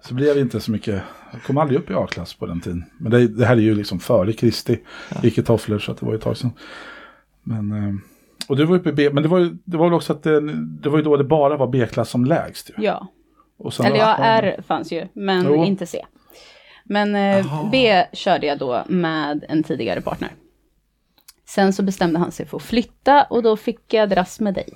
[LAUGHS] så blev det inte så mycket. Jag kom aldrig upp i A-klass på den tiden. Men det, det här är ju liksom före Kristi. Gick i tofflor, så att det var ju ett tag sedan. Men, eh, och du var uppe i B, men det var ju det var väl också att det, det var ju då det bara var B-klass som lägst. Ju.
Ja,
Och sen-
eller ja, R fanns ju, men
Jo.
inte C. Men eh, B körde jag då med en tidigare partner. Sen så bestämde han sig för att flytta och då fick jag dras med dig.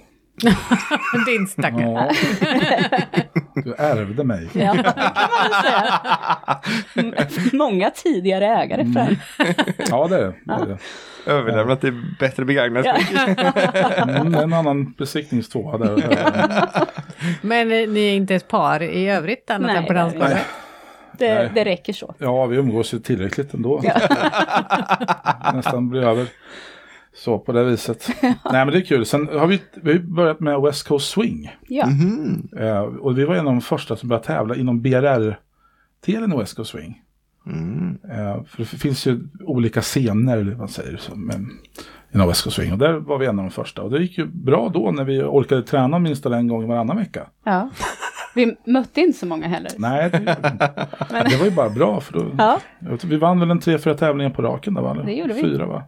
Din stackare.
Ja. Du ärvde mig.
Ja, [LAUGHS] det kan man väl säga.
[LAUGHS]
M- Många tidigare ägare.
Mm.
För.
Ja, det är det. det, är det.
Överlämnat till bättre begagnat.
Ja.
Mm, det är en annan besiktningstvåa där.
Men eh, ni är inte ett par i övrigt annat
Nej,
än på
det är vi
dansgolvet?
Det, det räcker så.
Ja, vi umgås ju tillräckligt ändå. [LAUGHS] Nästan blir över. Så på det viset. Nej men det är kul. Sen har vi, vi har ju börjat med West Coast Swing.
Ja,
Eh, och vi var en av de första som började tävla inom BRR-delen i West Coast Swing. Eh, för det finns ju olika scener, eller vad man säger, som, eh, inom West Coast Swing. Och där var vi en av de första. Och det gick ju bra då när vi orkade träna minst en gång varannan vecka.
ja. Vi mötte inte så många heller.
Nej, det, gjorde vi inte. det var ju bara bra. För då,
Ja,
Jag vet inte, Vi vann väl en tre, fyra tävlingar på raken där va? Eller
Det gjorde vi.
Fyra va?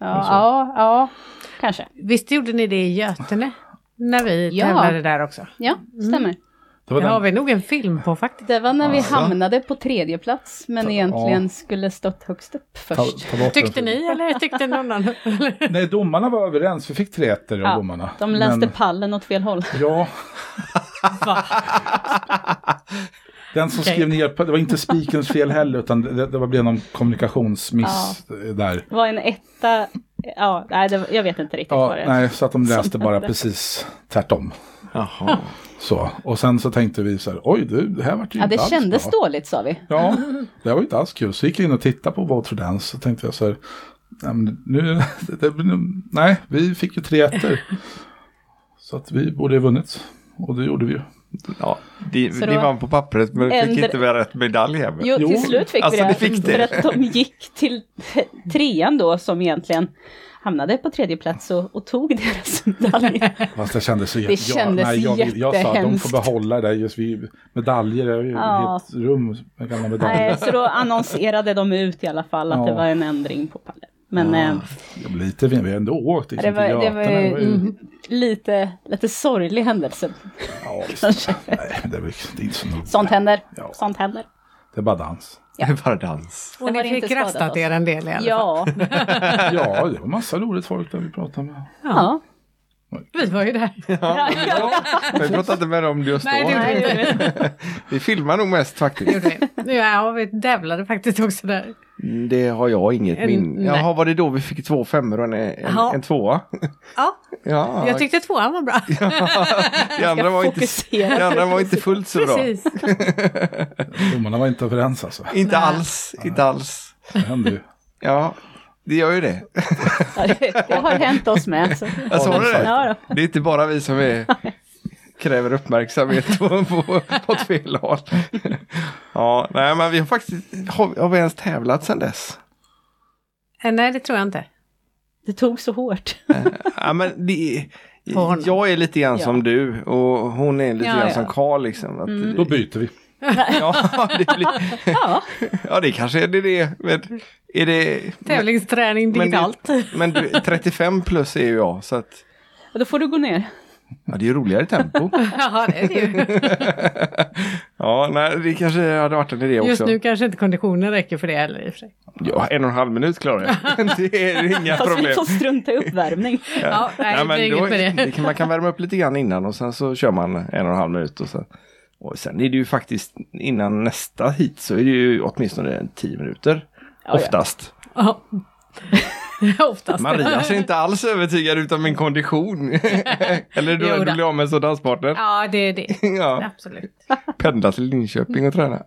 ja,
Alltså.
ja, ja kanske.
Visst gjorde ni det i Götene? När vi
Ja.
tävlade där också.
Ja, stämmer.
Det var
Det har
den,
vi nog en film på faktiskt.
Det var när vi
Alltså.
hamnade på tredje plats men egentligen
ja.
skulle stått högst upp
ta,
först.
ta bort den.
Tyckte ni eller tyckte någon
[LAUGHS]
annan? Eller?
Nej, domarna var överens. Vi fick tre ettor av
Ja,
domarna.
De läste
Men-
pallen åt fel håll.
Ja. [LAUGHS] Den som
Okej.
skrev ner, det var inte spikens fel heller utan det, det var- blev någon kommunikationsmiss där.
Det var en etta, ja, nej, det var, jag vet inte riktigt
Ja,
vad det
nej, så att de läste
som
bara
hände.
precis tvärtom.
[LAUGHS] Jaha.
Så. Och sen så tänkte vi så här, oj du, det här vart ju
Ja,
inte
det
alls
kändes
bra.
dåligt sa vi.
Ja, [LAUGHS] det var ju inte alls kul. Så gick jag in och tittade på Vote for Dance så tänkte jag så här, nej, men nu, [LAUGHS] det, det, nu, nej vi fick ju tre ettor. Så att vi borde ha vunnit. Och det gjorde vi ju.
Ja, ni,
Så
ni
då-
vann på pappret men fick
Ändra-
inte med rätt medalj hem.
Jo,
Jo,
till slut fick
alltså,
vi det.
ni fick det.
För att de gick till trean då som egentligen hamnade på tredje plats och, och tog deras medalj.
Fast det kändes så
Det kändes
nej, jag, vill- jag sa de
jättehemskt.
får behålla det där, just vi, medaljer, det är ju
Ja.
ett rum med gamla medaljer.
Nej, så då annonserade de ut i alla fall att det
Ja.
var en ändring på pallen. Men eh,
Jag blir lite fin, vi har ändå åkt. liksom
det var,
till
det var
Götene,
ju Mm, lite, lite sorglig händelse. [LAUGHS]
Ja, [LAUGHS] visst. Nej, det är väl det är inte så noga.
Sånt händer.
Ja.
Sånt händer.
Det är bara dans.
Det var dans.
Det
Och
var
ni
det inte
fick
skadat
rastat
oss.
er en del i alla fall.
[LAUGHS] Ja,
Ja, det var massa roligt folk där vi pratade med.
ja.
Vi var
[LAUGHS]
ju där.
Vi pratade inte med dem just då.
Nej, det gjorde vi inte.
Vi filmar nog mest [LAUGHS]
Det
faktiskt.
gjorde vi. Ja, och vi tävlade faktiskt också där.
Mm, Det har jag inget
En-
minne.
nej.
Jaha, var det då vi fick två femmor och en, en,
Ja.
en tvåa? [LAUGHS]
Ja,
Ja,
jag tyckte tvåan var bra.
det andra var inte,
fokusera.
det andra var inte fullt så bra.
Precis.
Domarna var inte överens alltså.
Inte alls, inte alls.
Det hände ju.
Ja, det gör ju det.
Ja, det, det har hänt oss med. Så.
Jag sa det.
Ja, då.
Det är inte bara vi som är, kräver uppmärksamhet på, på, på ett fel håll. [LAUGHS] Ja, nej men vi har faktiskt, har, har vi ens tävlat sedan dess?
Eh, Nej, det tror jag inte.
Det tog så hårt.
Ja, men det,
På honom.
jag är lite grann
Ja.
som du och hon är lite
Ja,
grann
ja.
som Karl liksom. Att
Då
det,
byter vi.
ja, det blir,
Ja,
ja, det kanske är det. det men, är det
Tävlingsträning
men, det-
digitalt. [LAUGHS]
men du, 35 plus är ju jag så att
och då får du gå ner.
ja, det är ju roligare tempo.
Ja, det är det ju.
Ja, nej, det kanske hade varit en idé också.
Just nu kanske inte konditionen räcker för det heller i och för sig.
Ja, en och en halv minut
[LAUGHS]
klarar jag. det är inga
Fast vi
problem.
får strunta i uppvärmning.
Ja, nej, det är inget
då-
med det.
kan- Man kan värma upp lite grann innan och sen så kör man en och en halv minut. Och sen, och sen är det ju faktiskt innan nästa hit så är det ju åtminstone 10 minuter.
ja.
oftast.
Ja. [LAUGHS]
[LAUGHS]
Oftast.
Maria ser inte alls övertygad ut av min [LAUGHS] kondition. Eller du
Jo
är
då.
du blir av med som danspartner.
Ja, det är det.
Ja.
Absolut.
Pendla till Linköping och träna.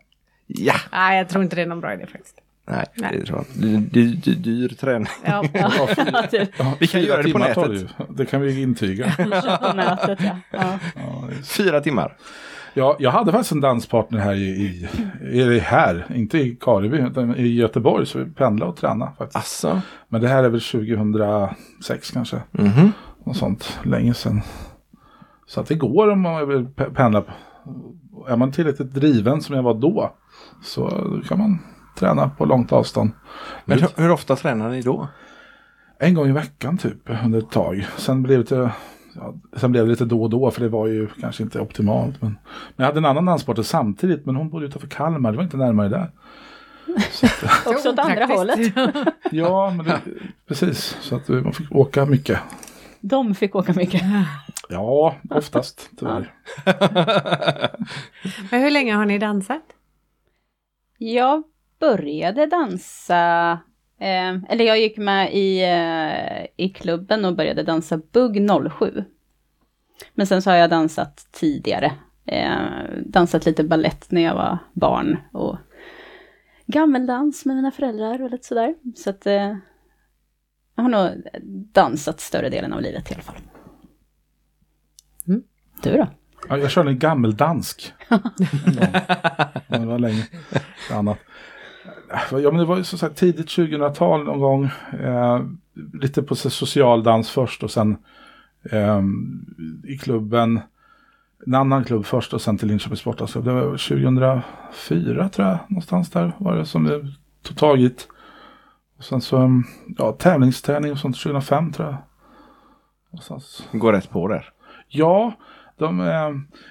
Ja,
Nej, jag tror inte det är någon bra idé faktiskt.
nej,
Nej.
det tror jag inte. Det är dyr, dyr, dyr [LAUGHS] träning.
Ja, [LAUGHS]
Ja, typ.
Vi kan
Fyra
göra det på
timmar tar
nätet.
Det, ju. det kan vi intyga. [LAUGHS]
På nätet, ja. Ja.
Fyra timmar.
Ja, jag hade faktiskt en danspartner här i, i, eller här, inte i Kareby, utan i Göteborg. Så vi pendlade och tränade faktiskt.
Asså.
Men det här är väl 2006 kanske.
Mhm.
Något sånt, länge sedan. Så att det går om man vill pe- pendla. på- Är man tillräckligt driven som jag var då så kan man träna på långt avstånd.
Men hur, hur ofta tränar ni då?
En gång i veckan typ under ett tag. Sen blev det, ja, sen blev det lite då och då för det var ju kanske inte optimalt. Men, men jag hade en annan danspartner samtidigt men hon bodde utanför Kalmar, det var inte närmare där.
Också åt andra
Opraktiskt.
hållet.
Ja, men det, [LAUGHS] precis. Så att eh, man fick åka mycket.
De fick åka mycket.
Ja, oftast tyvärr.
[LAUGHS] Men hur länge har ni dansat?
Jag började dansa, eh, eller jag gick med i, eh, i klubben och började dansa bugg 07. Men sen så har jag dansat tidigare. Eh, dansat lite ballett när jag var barn och gammeldans med mina föräldrar och lite sådär. Så att eh, jag har nog dansat större delen av livet i alla fall.
Mm.
Du då?
Ja, jag körde en gammeldansk. ja, men det var länge. Det annat. Ja, men det var ju som sagt tidigt 2000-tal någon gång. Eh, lite på så- social dans först och sen eh, i klubben. En annan klubb först och sen till Linköpings Sportdansklubb. Det var 2004 tror jag, någonstans där var det som jag tog tag i det. Och sen så, ja, tävlingsträning och sånt 2005 tror jag. Någonstans.
Går rätt på där.
Ja, de, eh,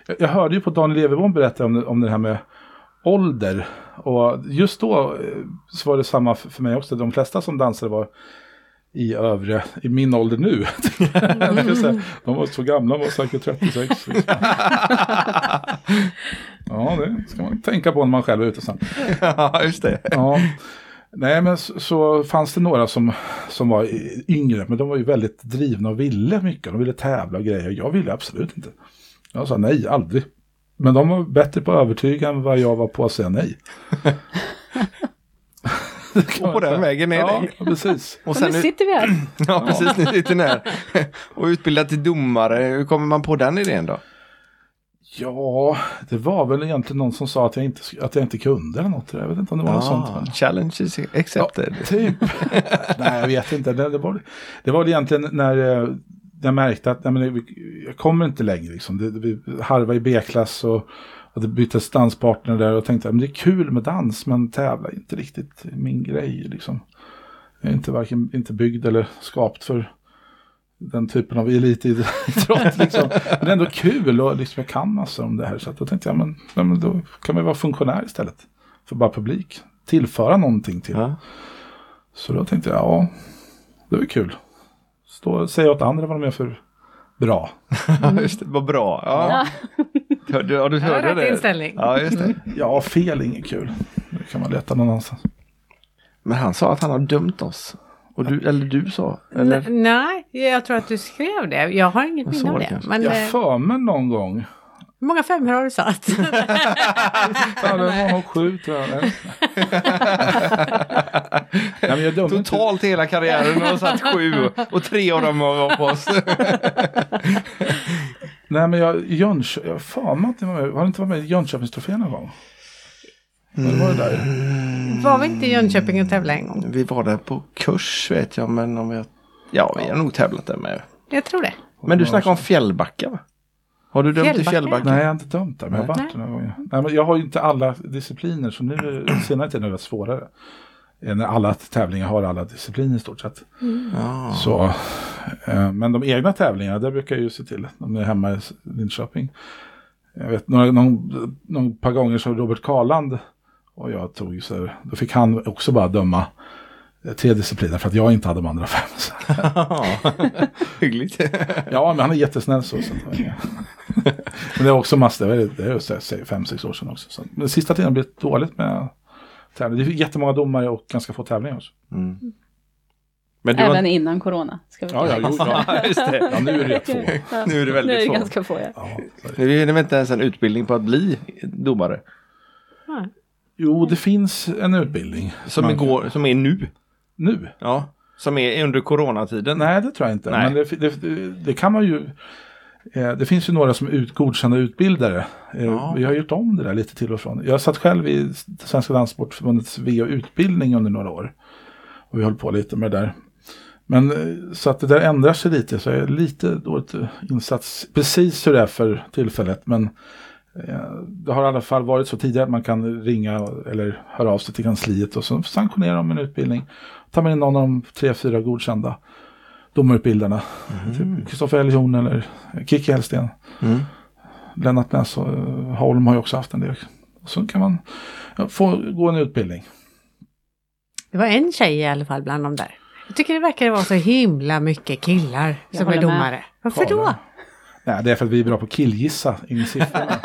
jag- jag hörde ju på Daniel Everbom berätta om, det- om det här med ålder. Och just då eh, så var det samma f- för mig också. De flesta som dansade var i övre, i min ålder nu. [LAUGHS] Jag skulle säga, de var så gamla, de var säkert 36. liksom. Ja, det ska man tänka på när man själv är ute sen.
[LAUGHS] Ja, just [LAUGHS] det.
Ja. Nej, men så, så fanns det några som, som var i- yngre, men de var ju väldigt drivna och ville mycket. De ville tävla och grejer. Jag ville absolut inte. Jag sa nej, aldrig. Men de var bättre på att övertyga än vad jag var på att säga nej.
Och på den vägen är
Ja,
det.
precis.
Och
Och nu
sen,
sitter vi här.
ja, precis, [LAUGHS] ni sitter här. Och utbildad till domare, hur kommer man på den idén då?
Ja, det var väl egentligen någon som sa att jag inte, sk- att jag inte kunde eller något. Jag vet inte om det var något
Ah.
sånt. Men...
challenge is accepted.
Ja, typ. [LAUGHS] nej, jag vet inte. Det, det, var, det var egentligen när eh, jag märkte att nej, men jag, jag kommer inte längre. Liksom. Det, det, vi harvade i B-klass och, och det byttes danspartner där. Och tänkte att det är kul med dans men tävla är inte riktigt min grej. Liksom. Jag är inte, varken, inte byggd eller skapt för den typen av elitidrott. [LAUGHS] Liksom. Men det är ändå kul och liksom, jag kan massor om det här. Så att då tänkte jag men, nej, men då kan man ju vara funktionär istället. För bara publik. Tillföra någonting till.
Ja.
Så då tänkte jag, ja, det var kul. Stå, säga åt andra vad de är för bra.
Ja, just det. Vad bra. Ja. Hör, du, ja, du
var
hörde
rätt
det.
inställning.
Ja, just det.
Ja, fel är inget kul. Det kan man leta någon annanstans.
Men han sa att han har dömt oss. Och du, eller du sa? Eller?
N- Nej, jag tror att du skrev det. Jag har inget
Jag
minne
såg
av
det
det.
kanske.
Men,
Jag
eh,
har för mig någon gång.
hur många femmor har du satt?
Ja, det var nog sju tror jag. Nej. Nej, men jag dömer inte.
Totalt hela karriären har satt sju och tre av dem var på oss.
Nej, men jag, Jönköping, jag har för mig att ni var med. Har du inte varit med i Jönköpingstrofén någon gång? Eller var det där?
[LAUGHS] Var Mm. vi inte i Jönköping och tävlade en gång?
Vi var där på kurs vet jag, men om jag... Ja, vi har nog tävlat där med.
Jag tror det.
Men du snackar om Fjällbacka va? Har du dömt i
Fjällbacka?
Fjällbacka?
Nej, jag har inte dömt där, men jag har
Nej.
varit där några gånger. Nej, men jag har ju inte alla discipliner, så nu senare tiden har det varit svårare. Eh, När alla tävlingar har alla discipliner i stort sett.
Ja.
Så, eh, men de egna tävlingarna, där brukar jag ju se till om jag är hemma i Linköping. Jag vet, några, någon, någon par gånger så Robert Karland och jag tog ju så här, då fick han också bara döma eh, tre discipliner för att jag inte hade de andra fem. Så.
[LAUGHS] Hyggligt. Mm.
Ja, men han är jättesnäll så. så att det var inga- men det är också massor, det är- det är ju så här, säg, fem, sex år sedan också. Så. Men den sista tiden har det blivit dåligt med tävling. Det är jättemånga domare och ganska få tävlingar också.
Men du
Även
har...
innan corona. Ska vi
Ja, ja, jo, ja.
Ja, just det.
ja, nu är det rätt få.
Ja.
Nu är det
Nu är
väldigt
det
svårt.
ganska få ja.
Ja, så är det.
Nu är det väl inte ens en utbildning på att bli domare.
Jo, det finns en utbildning.
Som,
Man-
igår, som är nu.
Nu?
Ja. Som är under coronatiden.
Nej, det tror jag inte.
Nej.
Men det, det, det kan man ju... eh, Det finns ju några som är ut, godkända utbildare. Eh,
Ja.
Vi har gjort om det där lite till och från. Jag satt själv i Svenska Danssportförbundets VO-utbildning under några år. Och vi höll på lite med det där. Men eh, så att det där ändrar sig lite. Så jag är lite dåligt eh, insats precis hur det är för tillfället. Men eh, det har i alla fall varit så tidigare att man kan ringa eller höra av sig till kansliet och så sanktionerar de en utbildning. Tar man in någon av de tre, fyra godkända domarutbildarna. Typ Kristoffer Eljon eller Kikki Hellsten.
Mm.
Lennart Näs och eh, Holm har ju också haft en del. Och så kan man ja, få gå en utbildning.
Det var en tjej i alla fall bland dem där. Jag tycker det verkar vara så himla mycket killar som
Jag
är
håller med.
domare. Varför då?
Karlen. Nej, det är för att vi är bra på att killgissa in i [LAUGHS] siffrorna.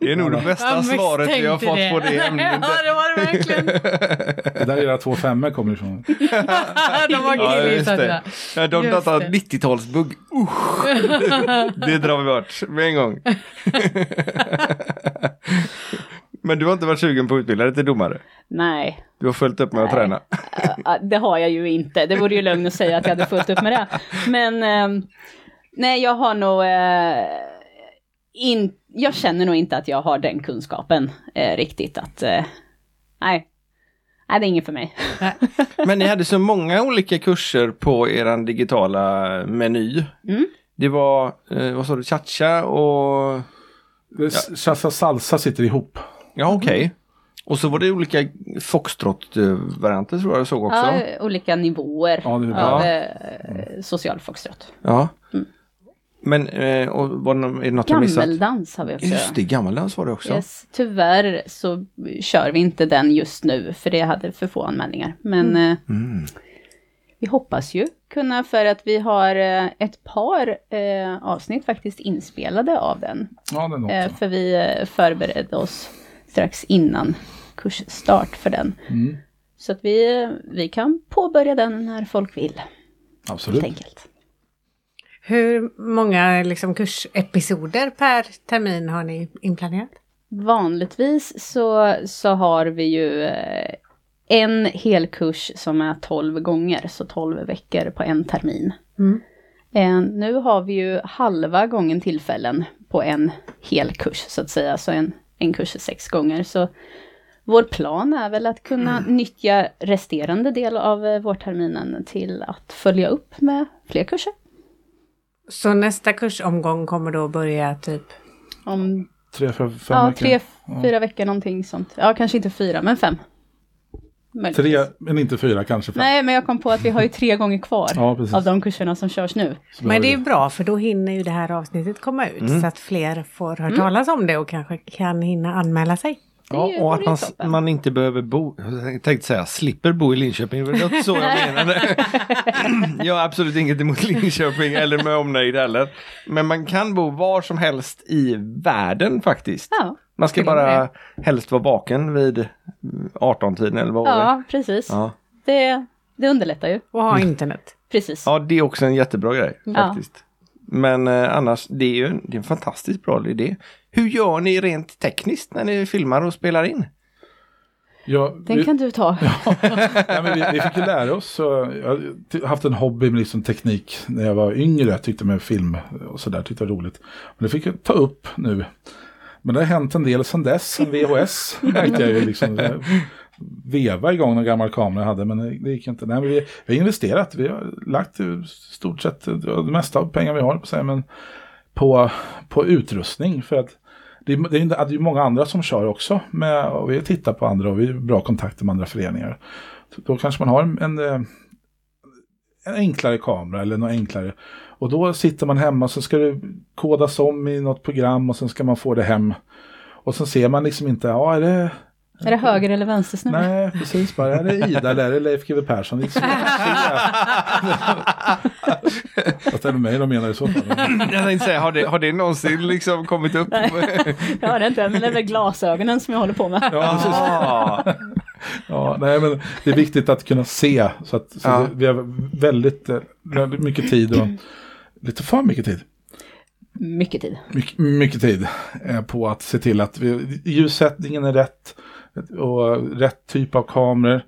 Det är nog det bästa
Jag
svaret vi har
misstänkte
fått på det [LAUGHS] ämnet.
[LAUGHS] ja, det var
[LAUGHS]
det verkligen. [LAUGHS]
det där är era två femmor kommer ifrån.
De var
Ja, just
killgissade.
det. Ja, De
Just
datar
det.
90-talsbugg. [LAUGHS] Usch! Det drar vi bort med en [LAUGHS] gång. Men du har inte varit sugen på att utbilda dig till domare?
Nej,
Du har följt upp med att
Nej.
träna?
Ja, det har jag ju inte. Det vore ju lögn att säga att jag hade fullt upp med det. Men ehm, nej, jag har nog... Eh, in, jag känner nog inte att jag har den kunskapen eh, riktigt att... Eh, nej. nej, det är inget för mig.
[LAUGHS] Men ni hade så många olika kurser på er digitala meny.
[LAUGHS] Mm.
Det var, eh, vad sa du, cha-cha och...
Chassa salsa sitter ihop.
Ja,
Mhm.
okej. Och så var det olika foxtrot-varianter tror jag jag såg också.
Ja, olika nivåer
Ja, det är
av
bra.
eh, social foxtrot.
Ja.
Mm.
Men eh, och var det, nå- är det något jag missat?
Gammeldans har vi också.
Just det, gammeldans var det också.
Yes. Tyvärr så kör vi inte den just nu, för det hade för få anmälningar. Men eh,
Mm.
vi hoppas ju kunna, för att vi har eh, ett par eh, avsnitt faktiskt inspelade av den.
Ja, det är något.
Eh, för vi eh, förberedde oss strax innan kursstart för den.
Mm,
Så att vi, eh, vi kan påbörja den när folk vill, helt
absolut.
enkelt.
Hur många liksom, kursepisoder per termin har ni inplanerat?
Vanligtvis så, så har vi ju eh, en helkurs som är 12 gånger, så 12 veckor på en termin.
Mm.
Eh, Nu har vi ju halva gången tillfällen på en hel kurs så att säga, så en, en kurs är sex gånger. Så vår plan är väl att kunna nyttja resterande del av eh, vårterminen till att följa upp med fler kurser.
Så nästa kursomgång kommer då börja typ...
Om
Tre, fem, fem
ja,
veckor.
tre, fyra veckor någonting sånt. Ja, kanske inte fyra, men fem. Möjligtvis.
Tre, men inte fyra kanske. Fem.
Nej, men jag kom på att vi har ju tre gånger kvar
Ja, precis.
av de kurserna som körs nu.
Så
Men
då
det
har
är
vi-
bra för då hinner ju det här avsnittet komma ut så att fler får
Mm.
höra talas om det och kanske kan hinna anmäla sig.
Ja, och
vore
att
ju
man,
toppen.
man inte behöver bo, jag tänkte säga slipper bo i Linköping, det var inte så jag menade.
[LAUGHS]
jag har absolut inget emot Linköping eller med omnejd heller. Men man kan bo var som helst i världen faktiskt.
Ja,
Man ska
till och med
bara helst vara baken vid 18-tiden eller vad var det?
ja precis.
Ja.
Det, det underlättar ju.
Och ha internet.
Precis.
ja, det är också en jättebra grej
Ja.
faktiskt. Men eh, annars, det är ju en, det är en fantastiskt bra idé. Hur gör ni rent tekniskt när ni filmar och spelar in?
Ja,
Den
vi-
kan du ta.
Nej, men vi, vi fick ju lära oss. Så jag har ty- haft en hobby med liksom teknik när jag var yngre. Tyckte med film och sådär. Tyckte det var roligt. Men det fick jag ta upp nu. Men det har hänt en del sedan dess. Sen VHS märkte jag ju liksom. Jag veva igång någon gammal kamera jag hade. Men det- det gick inte. Nej, men vi, vi har investerat. Vi har lagt i stort sett det mesta av pengar vi har på, sig, men på, på utrustning. För att det är, det, är, det är ju många andra som kör också. Med, och vi tittar på andra och vi har bra kontakter med andra föreningar. Så Då kanske man har en, en, eh, en enklare kamera eller något enklare. Och då sitter man hemma och så ska det kodas om i något program och sen ska man få det hem. Och sen ser man liksom inte, ja är det...
Är det höger eller vänstersnurr?
Nej, precis bara. Är det Ida eller är det Leif GW Persson? Det är svårt att se. Fast det är mig de menar i så fall.
Jag tänkte säga, har det, har det någonsin liksom kommit upp? [LAUGHS]
Jag har det inte än, men det är väl glasögonen som jag håller på med.
Ja, precis.
Ah.
Ja, nej, men det är viktigt att kunna se. Så att, så
Ja.
vi- Vi har väldigt, eh, väldigt mycket tid och lite för mycket tid.
Mycket tid.
Mycket, mycket tid eh, på att se till att vi, ljussättningen är rätt och rätt typ av kameror.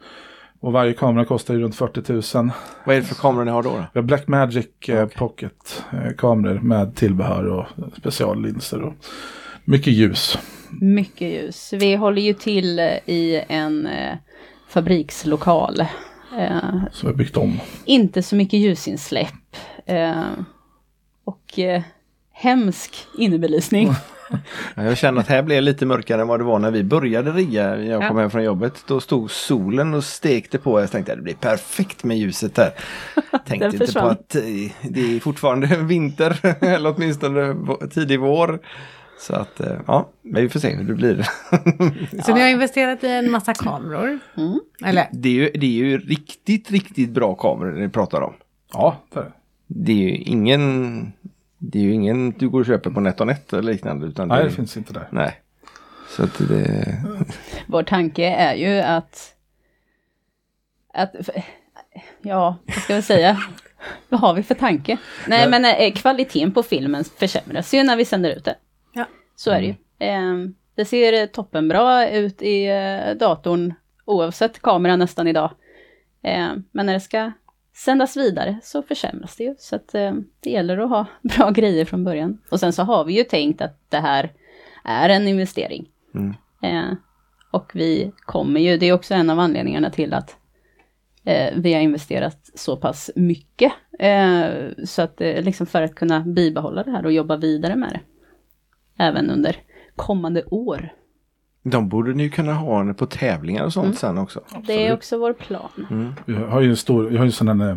Och varje kamera kostar ju runt 40 000.
Vad är det för kameror ni har då? då?
Vi har Blackmagic eh, Pocket-kameror med tillbehör och speciallinser och mycket ljus.
Mycket ljus. Vi håller ju till eh, i en eh, fabrikslokal. Eh,
som vi har byggt om.
inte så mycket ljusinsläpp. Eh, och eh, hemsk innebelysning.
Ja, Jag känner att här blev lite mörkare än vad det var när vi började rigga. när Jag kom hem från jobbet. Då stod solen och stekte på. Jag tänkte att det blir perfekt med ljuset där. Tänkte
[LAUGHS] Den
inte på
försvann.
att eh, det är fortfarande [LAUGHS] vinter. Eller åtminstone vå- tidig vår. Så att eh, ja, men vi får se hur det blir. [LAUGHS]
Så ni har investerat i en massa kameror.
Mm.
Eller
Det är ju, det är ju riktigt, riktigt bra kameror ni pratar om.
Ja, det är det.
Det är ju ingen... Det är ju ingen du går och köper på NetOnNet eller liknande. Utan
Nej,
är-
det finns inte där.
Nej. Så att det...
Vår tanke är ju att... att ja, vad ska vi säga? vad har vi för tanke? Nej, men eh, kvaliteten på filmen försämras ju när vi sänder ut det.
Ja.
Så är det ju. Ehm, det ser eh, toppenbra ut i eh, datorn, oavsett kamera nästan idag. Ehm, men när det ska sändas vidare så försämras det ju. Så att, eh, det gäller att ha [LAUGHS] bra grejer från början. Och sen så har vi ju tänkt att det här är en investering. Eh, och vi kommer ju, det är också en av anledningarna till att eh, vi har investerat så pass mycket. Eh, så att eh, liksom för att kunna bibehålla det här och jobba vidare med det. Även under kommande år.
De borde ni ju kunna ha på tävlingar och sånt sen också.
Det är också vår plan.
Vi har ju en stor, vi har ju en sån här, eh,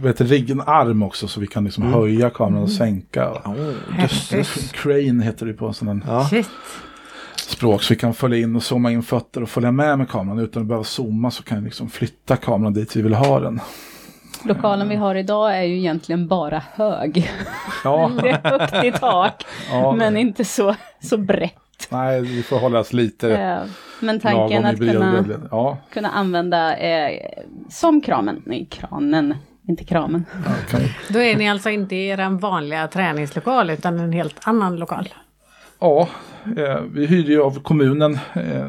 vad heter det, riggenarm också så vi kan liksom höja kameran och sänka. Och,
häftigt.
Crane heter det på en sån här
Ja.
Shit.
språk så vi kan följa in och zooma in fötter och följa med med kameran utan att behöva zooma så kan vi liksom flytta kameran dit vi vill ha den.
Lokalen vi har idag är ju egentligen bara hög. [LAUGHS]
Ja,
Det är högt i tak,
ja
men inte så, så brett.
nej, vi får hållas lite
Eh, men tanken
lagom i
att kunna...
bredvid. Ja,
kunna använda eh, som kramen, nej kranen, inte kramen.
ja, kan vi.
Då är ni alltså inte i er vanliga träningslokal utan en helt annan lokal.
Ja, eh, vi hyrde ju av kommunen eh,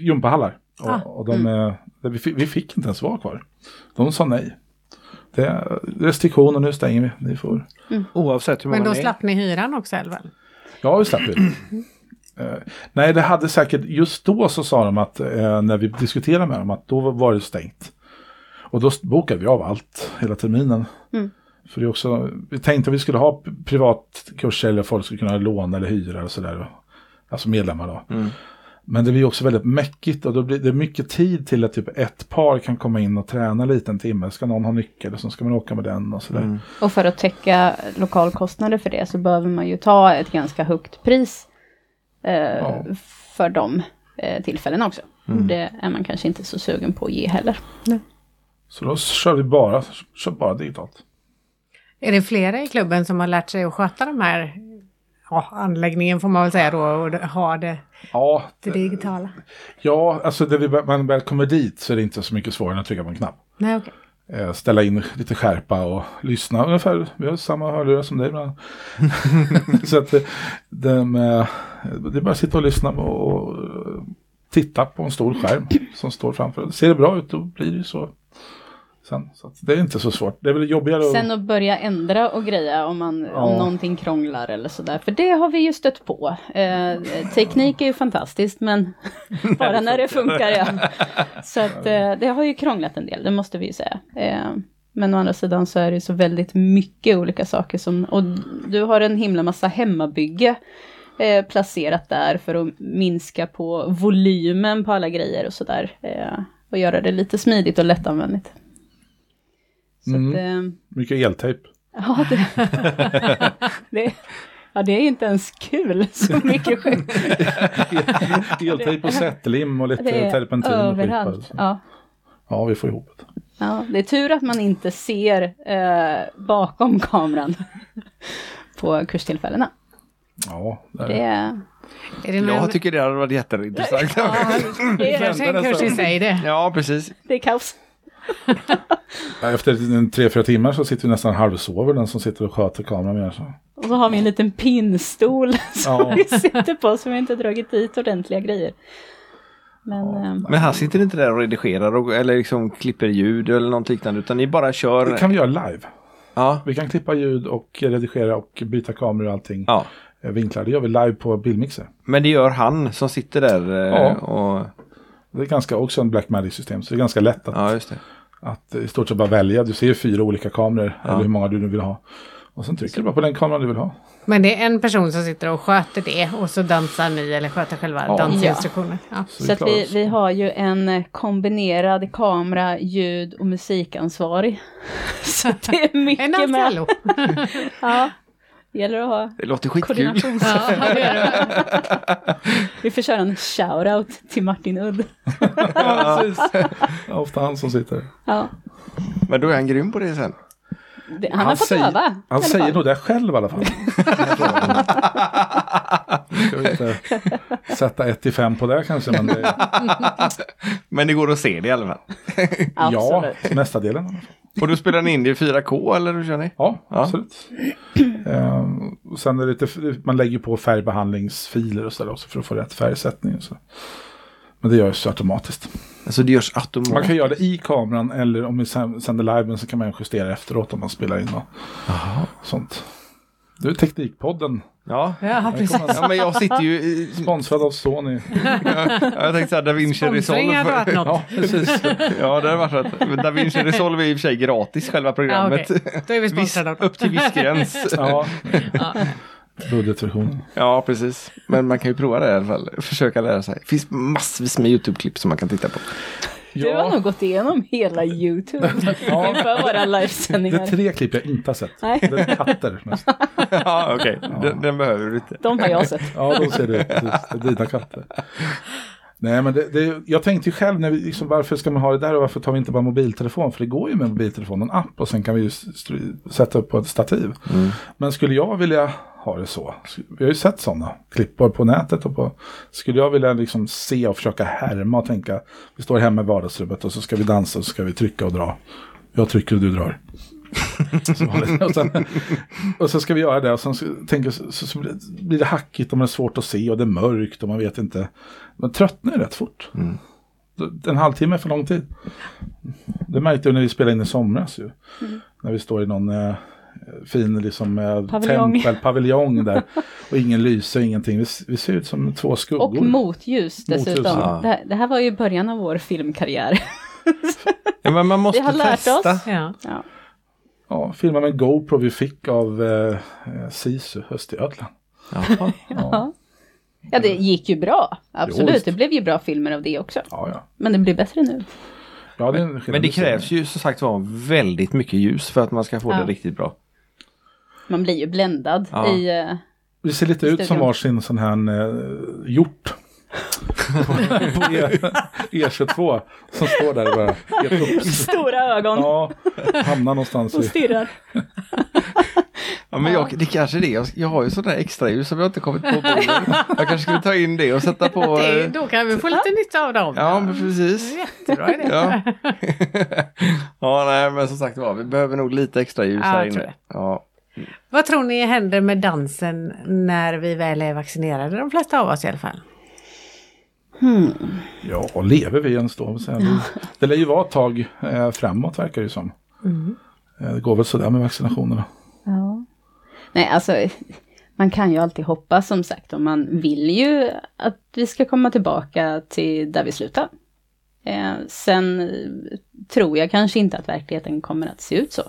gympahallar. Och,
Ah,
och de, eh, vi, fick, vi fick inte ens vara kvar. De sa nej. Det det är restriktioner, nu stänger vi. Ni får...
Oavsett hur många
Men då
ni är.
slapp ni hyran också eller?
Ja, vi slapp det. Eh, Nej, det hade säkert, just då så sa de att eh, när vi diskuterade med dem att då var det stängt. Och då s- bokade vi av allt hela terminen. För det är också, vi tänkte att vi skulle ha p- privatkurser eller folk skulle kunna låna eller hyra och sådär. Alltså medlemmar då. Men det blir också väldigt mäckigt och då blir det mycket tid till att typ ett par kan komma in och träna lite en timme. Ska någon ha nyckel och så ska man åka med den och sådär.
Och för att täcka lokalkostnader för det så behöver man ju ta ett ganska högt pris eh, för de eh, tillfällena också. Det är man kanske inte så sugen på att ge heller.
Så då kör vi bara, kör bara digitalt.
Är det flera i klubben som har lärt sig att sköta de här ja, anläggningen får man väl säga då och ha det,
Ja,
det digitala?
Ja, alltså när vi, väl- man väl kommer dit så är det inte så mycket svårare än att trycka på en knapp.
Nej okej.
Eh, ställa in lite skärpa och lyssna ungefär. Vi har samma hörlurar som dig ibland. [LAUGHS] så att eh, de, eh, det är bara att sitta och lyssna och, och eh, titta på en stor skärm som står framför. Ser det bra ut då blir det ju så. Sen, så att det är inte så svårt. Det är väl jobbigare att...
Sen att börja ändra och greja om, man, om
Ja.
någonting krånglar eller sådär. För det har vi ju stött på. Eh, teknik är ju fantastiskt
[LAUGHS]
men bara när det funkar ja. Så att eh, det har ju krånglat en del, det måste vi ju säga. Eh, men å andra sidan så är det ju så väldigt mycket olika saker som, och du har en himla massa hemmabygge eh, placerat där för att minska på volymen på alla grejer och sådär. Eh, och göra det lite smidigt och lättanvändigt. Så
Mm.
att, eh, [LAUGHS]
Mycket eltejp.
Ja, det, det, [LAUGHS] ja, det är inte ens kul så mycket skit.
eltejp och sättlim och lite
Det är
terpentin och skit. bara.
överallt. Ja.
ja, vi får ihop det.
Ja, det är tur att man inte ser eh, bakom kameran [LAUGHS] på kurstillfällena.
Ja, där.
Det, är-
Är det någon,
Jag tycker det hade varit jätteintressant.
det,
det
är,
kanske är en kurs i sig det.
[LAUGHS] ja, precis.
det är kaos.
Ja, Efter en tre, fyra timmar så sitter vi nästan halvsover den som sitter och sköter kameran med. Så.
Och så har vi en liten pinnstol [LAUGHS] som
Ja.
vi sitter på som vi inte dragit dit ordentliga grejer. Men ehm,
Men han sitter inte där och redigerar och, eller liksom klipper ljud eller något liknande utan ni bara
Det
kör.
kan vi göra live.
Ja.
Vi kan klippa ljud och redigera och byta kameror och allting.
ja.
Eh, Vinklar, det gör vi live på bildmixer.
Men det gör han som sitter där. eh,
Ja.
Och,
Det är ganska också en Blackmagic-system, så det är ganska lätt att,
ja, just det.
att i stort sett bara välja. Du ser ju fyra olika kameror, eller hur många du nu vill ha. Och sen trycker du bara på den kameran du vill ha.
Men det är en person som sitter och sköter det och så dansar ni eller sköter själva dansinstruktionen. Ja.
Så,
Så att
klarar
vi,
oss.
vi har ju en eh, kombinerad kamera, ljud och musikansvarig. [LAUGHS] Så det är
En
mycket med.
allt
Ja, gäller att ha
Det låter skitkul.
koordination.
Ja, det är det.
Vi får köra en shout-out till Martin Udd.
ja, precis. Det är ofta han som sitter.
Ja,
Men då är han grym på det sen.
det, han, har fått
säger,
öva. i alla
Han säger
fall.
nog det själv i
[LAUGHS]
alla fall. Ska
[LAUGHS]
vi inte sätta 1 till 5 på det kanske, men det,
Men det går att se det i alla fall.
ja,
Absolut.
[LAUGHS] mesta delen. i alla fall.
Och då spelar ni in det i 4K eller hur kör ni?
Ja,
Ja.
absolut. Ehm, och sen är det lite, man lägger på färgbehandlingsfiler och sådär också för att få rätt färgsättning. Och så. Men det görs automatiskt.
Alltså det görs
Man
automatiskt.
kan göra det i kameran eller om vi sen- sänder live, men så kan man justera efteråt om man spelar in och sånt. Du är Teknikpodden,
Ja.
Ja, precis.
ja, men jag sitter ju i...
sponsrad av Sony.
Jag tänkte såhär, Da Vinci
Sponsring hade
Resolve.
varit något.
Ja, precis.
Ja, det har varit rätt. Men Da Vinci Resolve är i och för sig gratis, själva
Ja,
programmet.
okej. Då är vi
Viss,
sponsrade av dem.
upp till viss gräns.
Ja. Budgetversionen.
Ja, precis. Men man kan ju prova det i alla fall. Försöka lära sig. Det finns massvis med YouTube-klipp som man kan titta på.
Du har nog gått igenom hela
[LAUGHS]
YouTube inför våra
Det är
livesändningar.
tre klipp jag inte har sett.
Nej.
Det är katter mest.
[LAUGHS] Ja, okej. Den, den behöver du inte.
De har jag sett.
Ja, de ser det ut. Precis. Det är dina katter. Nej, men det, det, jag tänkte ju själv, när vi, liksom, varför ska man ha det där och varför tar vi inte bara mobiltelefon? För det går ju med mobiltelefon, en app och sen kan vi ju stru- sätta upp på ett stativ. Men skulle jag vilja ha det så? sk- Vi har ju sett sådana klippor på nätet. Och på, skulle jag vilja liksom se och försöka härma och tänka, vi står hemma i vardagsrummet och så ska vi dansa och så ska vi trycka och dra. Jag trycker och du drar. Som vanligt. och, sen, och så ska vi göra det och sen ska- tänker, så, så blir det- blir det hackigt och man är svårt att se och det är mörkt och man vet inte. Man tröttnar ju rätt fort.
Mm.
Mm.
En halvtimme är för lång tid. Det märkte jag när vi spelade in i somras ju. När vi står i någon eh, fin liksom, eh,
Paviljong.
tempelpaviljong där. Och ingen lyser, ingenting. Vi, s- vi ser ut som två skuggor.
Och motljus dessutom.
Motljus,
ja.
det, här, det här var ju början av vår filmkarriär.
Ja, men man måste
Vi har lärt oss.
testa.
Ja.
[LAUGHS] Ja.
Ja, filmar med en GoPro vi fick av eh, eh, Sisu, Östergötland.
Jaha.
Ja,
ja, det gick ju bra. Absolut,
visst.
det blev ju bra filmer av det också.
ja. ja.
Men det blir bättre nu.
ja det är en skillnad.
Men det krävs ju som sagt var väldigt mycket ljus för att man ska få
Ja.
det riktigt bra.
Man blir ju bländad
Ja.
i... eh,
Vi ser lite ut som
Studion.
varsin sån här eh, hjort. på E, 22 som står där och bara ger upp.
Stora ögon
Ja, hamnar någonstans
och
i...
stirrar.
Ja, men jag, det kanske är det. Jag, jag har ju sådana extra ljus som jag inte
[LAUGHS]
kommit på. bordet. Jag kanske skulle ta in det och sätta på...
Det,
eh,
då kan vi få lite nytta av dem.
Ja, men precis.
Jättebra idé.
Ja. [LAUGHS] ja, nej, men som sagt var, vi behöver nog lite extra ljus
Ja,
här
jag tror
inne.
det.
Ja.
Vad tror ni händer med dansen när vi väl är vaccinerade? De flesta av oss i alla fall.
Ja, och lever vi ens då? Så här, vi- Det lär ju vara ett tag eh, framåt verkar det ju som. Eh, det går väl sådär med vaccinationerna.
Ja. Nej, alltså, man kan ju alltid hoppas som sagt och man vill ju att vi ska komma tillbaka till där vi slutade. Eh, sen eh, tror jag kanske inte att verkligheten kommer att se ut så.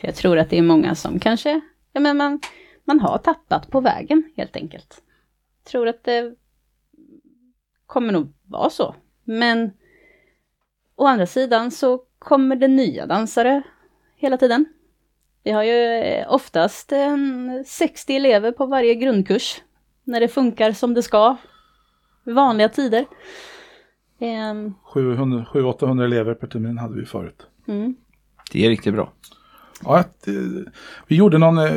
För jag tror att det är många som kanske, ja men man, man har tappat på vägen helt enkelt. Tror att det kommer nog vara så. Men å andra sidan så kommer det nya dansare hela tiden. Vi har ju eh, oftast en 60 elever på varje grundkurs. När det funkar som det ska. i Vanliga tider. Ehm,
700-800 elever per termin hade vi förut.
mm.
Det är riktigt bra.
Ja, att, eh, vi gjorde någon, eh,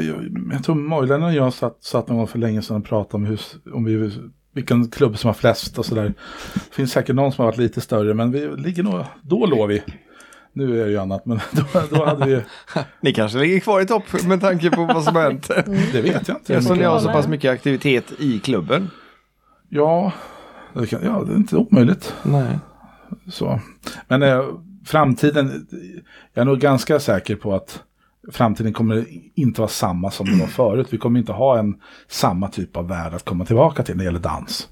jag tror Mojlen och jag satt, satt någon gång för länge sedan och pratade om, hur, om vi, vilken klubb som har flest och sådär. Det finns säkert någon som har varit lite större men vi ligger nog, då låg vi. Nu är det ju annat men [LAUGHS] då, då hade vi,
Ni kanske ligger kvar i topp med tanke på vad som har hänt.
det vet jag inte. hur
Eftersom ni
mycket-
har så pass mycket aktivitet i klubben.
Ja, det kan, ja, det är inte omöjligt.
Nej.
Så. Men eh, framtiden, jag är nog ganska säker på att framtiden kommer inte vara samma som den var förut. Vi kommer inte ha en samma typ av värld att komma tillbaka till när det gäller dans.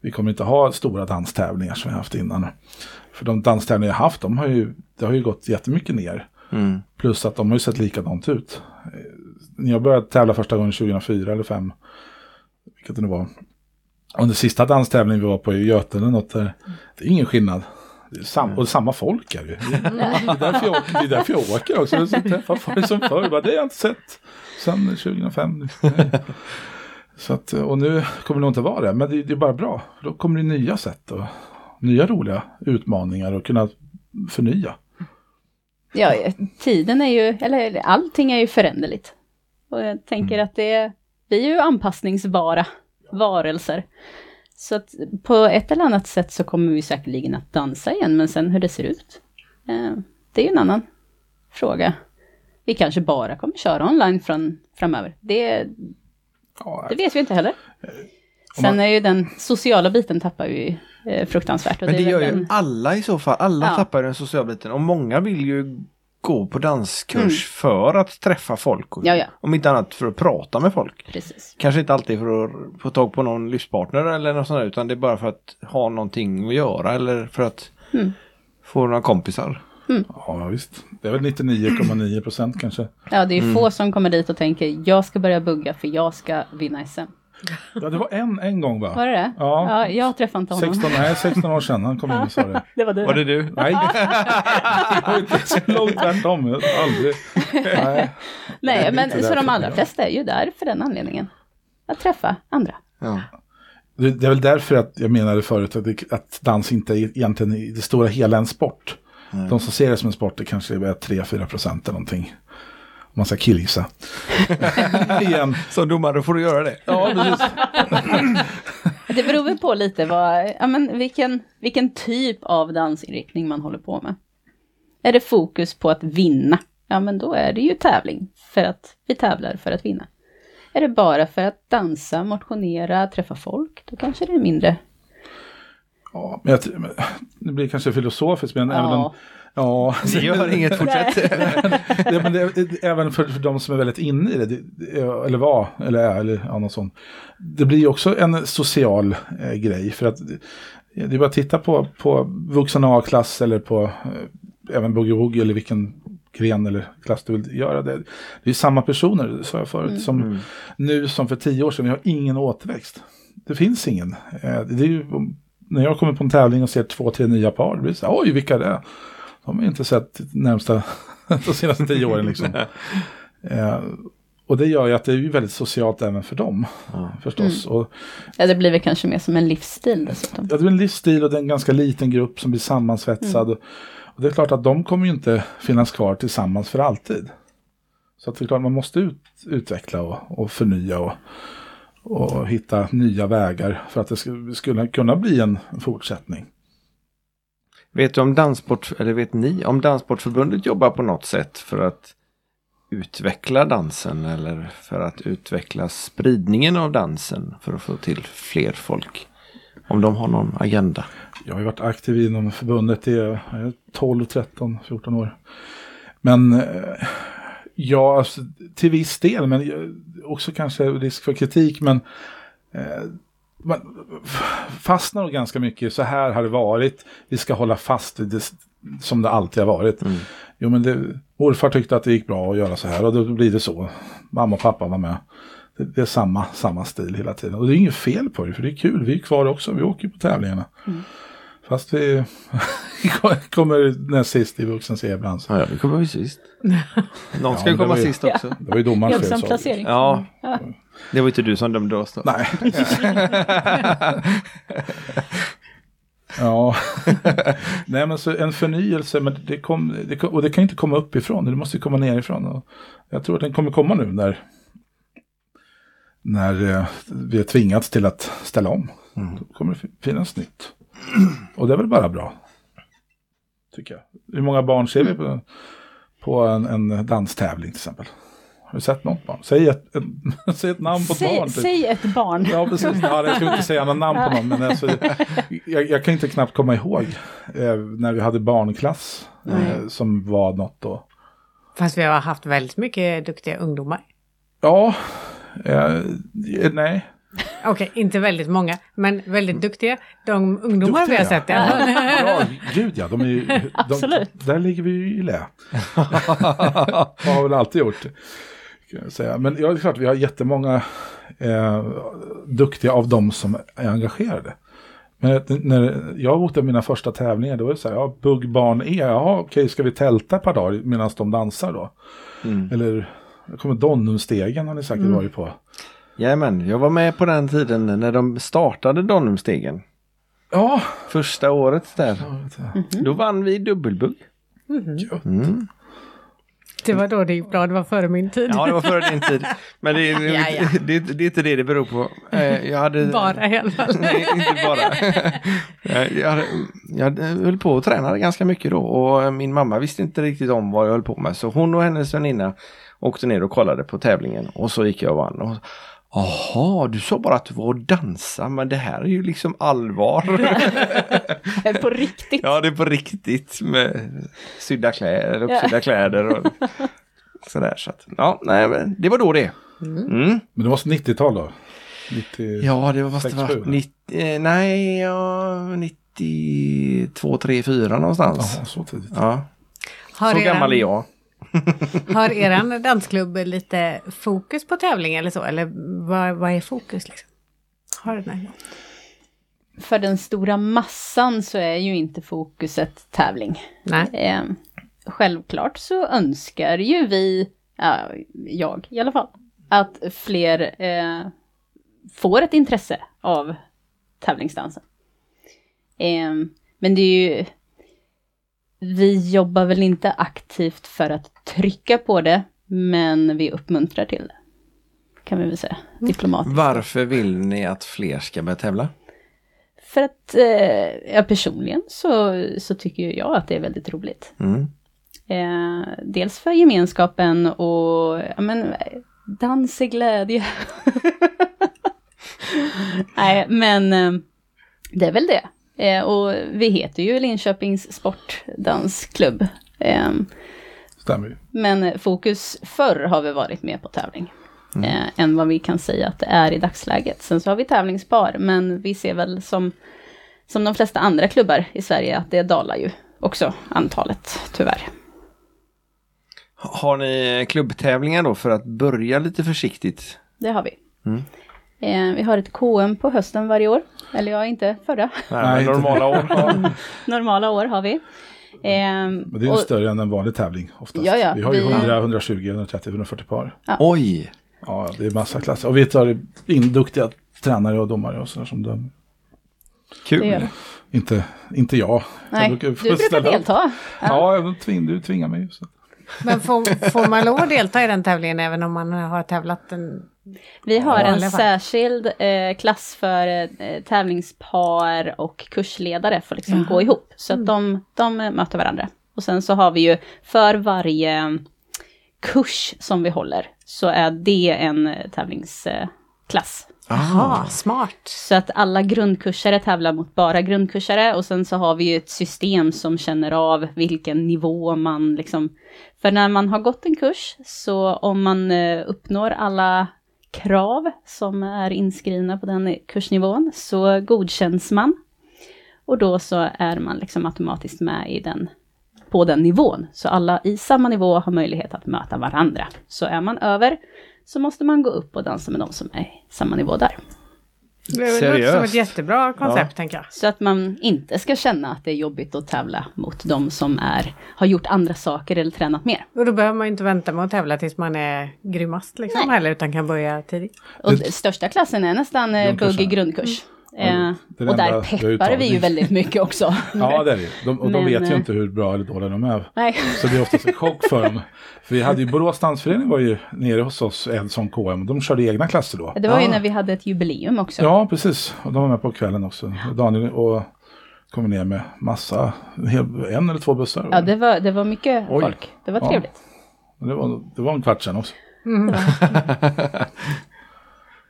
Vi kommer inte ha stora danstävlingar som vi haft innan. För de danstävlingar jag haft, de har ju, det har ju gått jättemycket ner.
Mm.
Plus att de har ju sett likadant ut. Eh, När jag började tävla första gången 2004 eller 5 vilket det nu var. Under sista danstävlingen vi var på i Götene, något där, det är ingen skillnad. Det är sam- och samma folk är det ju.
Mm.
Det är därför jag, åker- det är därför jag åker också. Jag träffar folk som förr. Bara, det har jag inte sett sedan 2005. Nej. Så att, och nu kommer det nog inte vara det. Men det, det är bara bra. För Då kommer det nya sätt och nya roliga utmaningar och kunna förnya.
Ja, tiden är ju, eller allting är ju föränderligt. Och jag tänker
Mm.
att det, vi är ju anpassningsbara varelser. Så att på ett eller annat sätt så kommer vi säkerligen att dansa igen, men sen hur det ser ut, eh, det är ju en annan fråga. Vi kanske bara kommer köra online från, framöver. Det,
Ja,
Det vet vi inte heller.
Eh,
om
Sen
man-
är ju den sociala biten tappar ju eh, fruktansvärt. Och
Men det
är
gör
väl
ju
den-
alla i så fall. Alla
Ja.
tappar ju den sociala biten och många vill ju gå på danskurs för att träffa folk. Och,
Ja, ja.
Om inte annat för att prata med folk.
Precis.
Kanske inte alltid för att få tag på någon livspartner eller något sånt där, utan det är bara för att ha någonting att göra eller för att
Mm.
få några kompisar.
Ja, visst. Det är väl 99,9 procent kanske.
Ja, det är ju få som kommer dit och tänker jag ska börja bugga för jag ska vinna SM.
Ja, det var en, en gång va?
Var det det?
Ja.
ja jag träffade inte honom.
16, nej, 16 år sedan han kom in och sa det.
[LAUGHS] Det var du.
det du?
Nej, det var inte så långt tvärtom. Jag har Aldrig. Nej.
Nej, men
Det är inte
så de
därför
allra
jag-
flesta är ju där för den anledningen. Att träffa andra.
Ja.
Det det är väl därför att jag menade förut att, det, att dans inte är egentligen i det stora hela en sport. De som ser det som en sport det kanske är bara 3-4 procent eller någonting. Om man ska killgissa. Igen.
Som domare får du göra det.
Ja, precis.
Det beror väl på lite vad, ja, men vilken, vilken typ av dansinriktning man håller på med. Är det fokus på att vinna, ja men då är det ju tävling, för att vi tävlar för att vinna. Är det bara för att dansa, motionera, träffa folk, då kanske det är mindre.
Ja, men jag, tr- men- det blir kanske filosofiskt, men
Ja.
även om [LAUGHS] Ja,
Det gör inget, fortsätt.
det, men det, det, även för, för de som är väldigt inne i det, det- det, eller var, eller är, eller ja, något sånt. Det blir ju också en social eh, grej, för att det det är bara att titta på, på vuxen A-klass eller på eh, även boogie woogie eller vilken gren eller klass du vill göra. Det, det är ju samma personer, sa jag förut, som nu som för tio år sedan. Vi har ingen återväxt. Det finns ingen. Eh, det är ju, när jag kommer på en tävling och ser två, tre nya par, det blir så här, oj, vilka är det? De har inte sett närmsta, [LAUGHS] de senaste tio åren liksom. eh, och det gör ju att det är ju väldigt socialt även för dem, förstås. Och,
Ja, det blir väl kanske mer som en livsstil dessutom.
Ja, det är en livsstil och det är en ganska liten grupp som blir sammansvetsad. Och det är klart att de kommer ju inte finnas kvar tillsammans för alltid. Så att det är klart man måste ut, utveckla och, och förnya och, och hitta nya vägar för att det sk- skulle kunna bli en fortsättning.
[LAUGHS] Vet du om Dansport, eller vet ni om Dansportförbundet jobbar på något sätt för att utveckla dansen eller för att utveckla spridningen av dansen för att få till fler folk? Om de har någon agenda?
Jag har ju varit aktiv inom förbundet i eh, 12, 13, 14 år. Men eh, ja, alltså, till viss del, men eh, också kanske risk för kritik. Men eh, man f- fastnar nog ganska mycket. Så här har det varit. Vi ska hålla fast vid det s- som det alltid har varit. Jo, men det, morfar tyckte att det gick bra att göra så här och då blir det så. Mamma och pappa var med. Det, det är samma, samma stil hela tiden. Och det är inget fel på det, för det är kul. Vi är kvar också. Vi åker ju på tävlingarna. Fast vi [LAUGHS] kommer näst sist i vuxens e-bransch.
Ja, ja, vi kommer ju [LAUGHS] sist. Någon ska
men det
komma
var ju-
sist också.
Det var ju domarens fel.
Hjälpsam
sa du.
placering.
Ja, det var inte du som dömde oss då.
Nej. ja. [LAUGHS] Nej men så en förnyelse, men det kom, det kom, och det kan ju inte komma uppifrån, det måste ju komma nerifrån. Och jag tror att den kommer komma nu när, när eh, vi har tvingats till att ställa om. Då kommer det fi- finnas nytt. Och det är väl bara bra. Tycker jag. Hur många barn ser vi på, på en, en danstävling till exempel? Har du sett något barn? Säg ett, ett, [LAUGHS] säg ett namn på ett
Säg,
barn. typ.
säg ett [LAUGHS] barn.
Ja, precis. Ja, jag skulle inte säga något namn på någon, men alltså, jag, jag kan inte knappt komma ihåg eh, när vi hade barnklass eh, som var något då.
Fast vi har haft väldigt mycket duktiga ungdomar.
Ja, eh, eh, nej.
Okej, inte väldigt många, men väldigt duktiga. De ungdomar vi har sett det.
Ja, gud ja. De är ju, de,
Absolut.
Där ligger vi ju i lä. [LAUGHS] Det har väl alltid gjort. Kan jag säga. Men ja, det är klart, vi har jättemånga eh, duktiga av dem som är engagerade. Men att när jag åkte mina första tävlingar, då var det så här, ja, bugg barn E, jaha, okej, ska vi tälta ett par dagar medan de dansar då? Eller, jag kommer Donnumstegen har ni säkert varit på.
Jajamän, jag var med på den tiden när de startade Donumstegen.
Ja,
Första året där. Då vann vi dubbelbugg.
Det var då det gick bra, det var före min tid.
Ja, det var före din tid. Men det, är-
Ja, ja.
det, är- det är inte det det beror på. Eh, Jag hade...
Bara i
[LAUGHS]
alla fall.
Nej, inte bara. Eh, Jag, hade, jag hade- höll på och tränade ganska mycket då och min mamma visste inte riktigt om vad jag höll på med. Så hon och hennes väninna åkte ner och kollade på tävlingen och så gick jag och vann. Och, Jaha, du sa bara att du var och dansa men det här är ju liksom allvar.
Eh, På riktigt.
ja, det är på riktigt med sydda kläder, uppsydda kläder och sådär. Så att, ja, nej, men det var då det. Mm.
men det var 90-tal då? 90...
Ja, det var fast det
67,
var
va?
90, eh, nej, ja, 92, 3, 4 någonstans.
Jaha, så tidigt.
Ja.
Har
Så
eran-
gammal är jag.
Har er dansklubb lite fokus på tävling eller så? Eller vad, vad är fokus liksom? Har den här?
För den stora massan så är ju inte fokuset tävling.
Nej.
Eh, självklart så önskar ju vi, ja, jag i alla fall, att fler eh, får ett intresse av tävlingsdansen. Eh, men det är ju, vi jobbar väl inte aktivt för att trycka på det, men vi uppmuntrar till det. Kan vi väl säga, diplomatiskt.
Varför vill ni att fler ska börja tävla?
För att eh, ja, personligen så, så tycker ju jag att det är väldigt roligt.
Mm.
Eh, dels för gemenskapen och ja, men, dans är glädje. [LAUGHS] Nej, men eh, det är väl det. Eh, och vi heter ju Linköpings sportdansklubb. Eh,
Stämmer ju.
men fokus förr har vi varit mer på tävling. Eh, än vad vi kan säga att det är i dagsläget. Sen så har vi tävlingsbar, men vi ser väl som, som de flesta andra klubbar i Sverige att det dalar ju också antalet, tyvärr.
Har ni klubbtävlingar då för att börja lite försiktigt?
Det har vi.
Mm.
Eh, vi har ett KM på hösten varje år. Eller ja, inte förra. [LAUGHS]
Nej, inte.
normala år. Ja.
Normala år har vi. Eh,
Men det är ju
och-
större än en vanlig tävling oftast.
Ja, ja,
vi har ju
vi-
100, 120, 130, 140 par.
[LAUGHS] Oj!
Ja, det är massa klasser. Och vi tar in duktiga tränare och domare och sådär som dömer.
det gör
Kul!
vi.
Inte, inte jag.
Nej,
jag
du
få ställa
brukar
upp.
delta.
Ja, jag tving, du tvingar mig. ju, Så.
Men får, får man lov att delta i den tävlingen även om man har tävlat en...
Vi har
Ja, i
en
alla fall.
särskild eh, klass för eh, tävlingspar och kursledare för att liksom gå ihop. Så att de, de eh, möter varandra. Och sen så har vi ju för varje mm, kurs som vi håller så är det en eh, tävlingsklass.
Ah.
Jaha, smart.
Så att alla grundkursare tävlar mot bara grundkursare och sen så har vi ju ett system som känner av vilken nivå man liksom... För när man har gått en kurs, så om man eh, uppnår alla krav som är inskrivna på den kursnivån, så godkänns man. Och då så är man liksom automatiskt med i den, på den nivån. Så alla i samma nivå har möjlighet att möta varandra. Så är man över så måste man gå upp och dansa med de som är i samma nivå där.
Det låter som
Seriöst?
ett jättebra koncept tänker jag.
Så att man inte ska känna att det är jobbigt att tävla mot de som är, har gjort andra saker eller tränat mer.
Och då behöver man ju inte vänta med att tävla tills man är grymmast liksom
Nej.
heller utan kan börja tidigt.
Och den största klassen är nästan eh,
Grundkursen.
bugg i grundkurs.
Mm.
Eh,
det är det
och
enda
där
vi har
peppar vi ju
uttalat.
väldigt mycket också.
[LAUGHS] Ja, det är det ju. de, Och de
Men,
vet ju
eh,
inte hur bra eller dåliga de är.
[LAUGHS] Nej.
Så det är oftast en chock för dem. För vi hade ju Borås dansförening var ju nere hos oss, en som KM, och de körde egna klasser då.
Det var ju när vi hade ett jubileum också.
Ja, precis. Och de var med på kvällen också. Och Daniel och kom ner med massa, en hel- en eller två bussar.
Ja, det var, det var mycket
Oj.
folk. Det var
Ja.
trevligt.
Men det, var, det var en kvart sedan också.
Mm.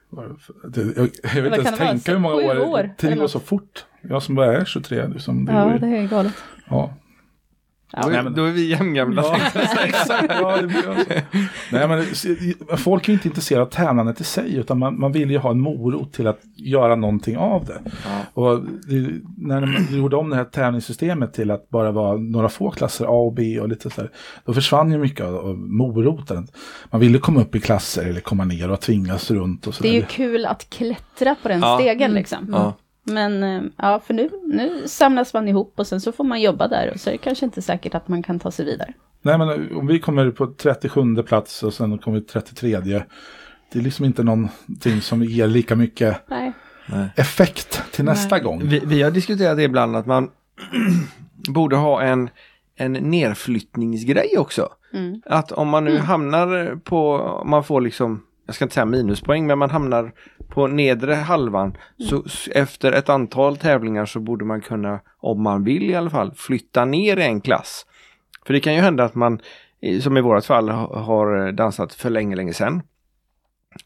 Var [LAUGHS] det- jag, jag
Vad
vill inte
kan det
ens
vara?
tänka hur många
Sju
år,
år,
tiden
eller
går
något.
så fort. Jag som bara är 23 nu som det
Ja,
går ju-
det är galet.
ja.
Då, är, då är vi jämngamla.
Ja, [LAUGHS] exakt. Ja, det blir jag så. Nej, men se- folk är ju inte intresserade av tävlandet i sig, utan man, man vill ju ha en morot till att göra någonting av det. Och det, när de gjorde om det här tävlingssystemet till att bara vara några få klasser, A och B och lite så här, då försvann ju mycket av, av moroten. Man ville komma upp i klasser eller komma ner och tvingas runt och så
Det är ju
där.
kul att klättra på den
Ja. Mm.
stegen liksom.
Ja.
Men eh, ja, för nu, nu samlas man ihop och sen så får man jobba där och så är det kanske inte säkert att man kan ta sig vidare.
Nej, men om vi kommer på 37 plats och sen kommer vi 33, det är liksom inte någonting som ger lika mycket
Nej.
effekt till nästa gång.
Vi, vi har diskuterat det ibland att man [CLEARS THROAT] borde ha en, en nerflyttningsgrej också. Att om man nu hamnar på, om man får liksom, jag ska inte säga minuspoäng, men man hamnar på nedre halvan. Så s- efter ett antal tävlingar så borde man kunna, om man vill i alla fall, flytta ner en klass. För det kan ju hända att man, eh, som i vårat fall, ha- har dansat för länge, länge sedan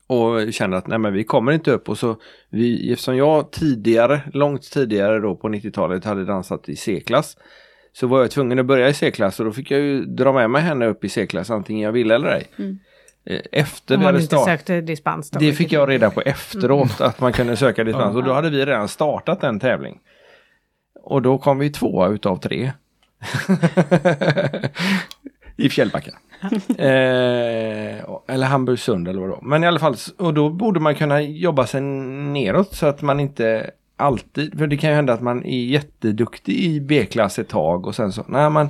och känner att nej men vi kommer inte upp och så vi, eftersom jag tidigare, långt tidigare då på 90-talet hade dansat i C-klass så var jag tvungen att börja i C-klass och då fick jag ju dra med mig henne upp i C-klass antingen jag ville eller ej. Eh, Efter
Om
vi
man
hade
inte
startat.
sökte Mm. dispens då.
Det fick jag reda på efteråt att man kunde söka dispens och då hade vi redan startat en tävling. Och då kom vi tvåa utav tre. I Fjällbacka. eh, eller Hamburgsund eller vad det var. Men i alla fall, och då borde man kunna jobba sig neråt så att man inte alltid, för det kan ju hända att man är jätteduktig i B-klass ett tag och sen så, nej man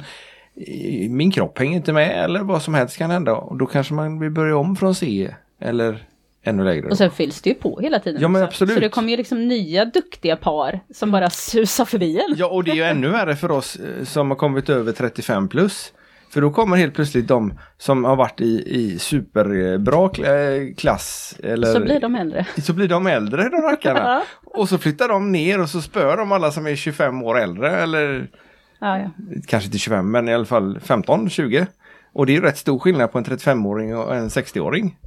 eh, min kropp hänger inte med eller vad som helst kan hända och då kanske man vill börja om från C eller ännu lägre. då.
Och sen fylls det ju på hela tiden.
Ja, men
också.
absolut.
Så det kommer ju liksom nya duktiga par som bara susar förbi en.
Ja, och det är ju ännu värre för oss eh, som har kommit över 35 plus. För då kommer helt plötsligt de som har varit i, i superbra kla- eh, klass. Eller,
Så blir de äldre.
så blir de äldre de rackarna. och så flyttar de ner och så spöar de alla som är 25 år äldre eller
Ja, ja.
kanske inte 25 men i alla fall 15-20. Och det är ju rätt stor skillnad på en 35-åring och en 60-åring.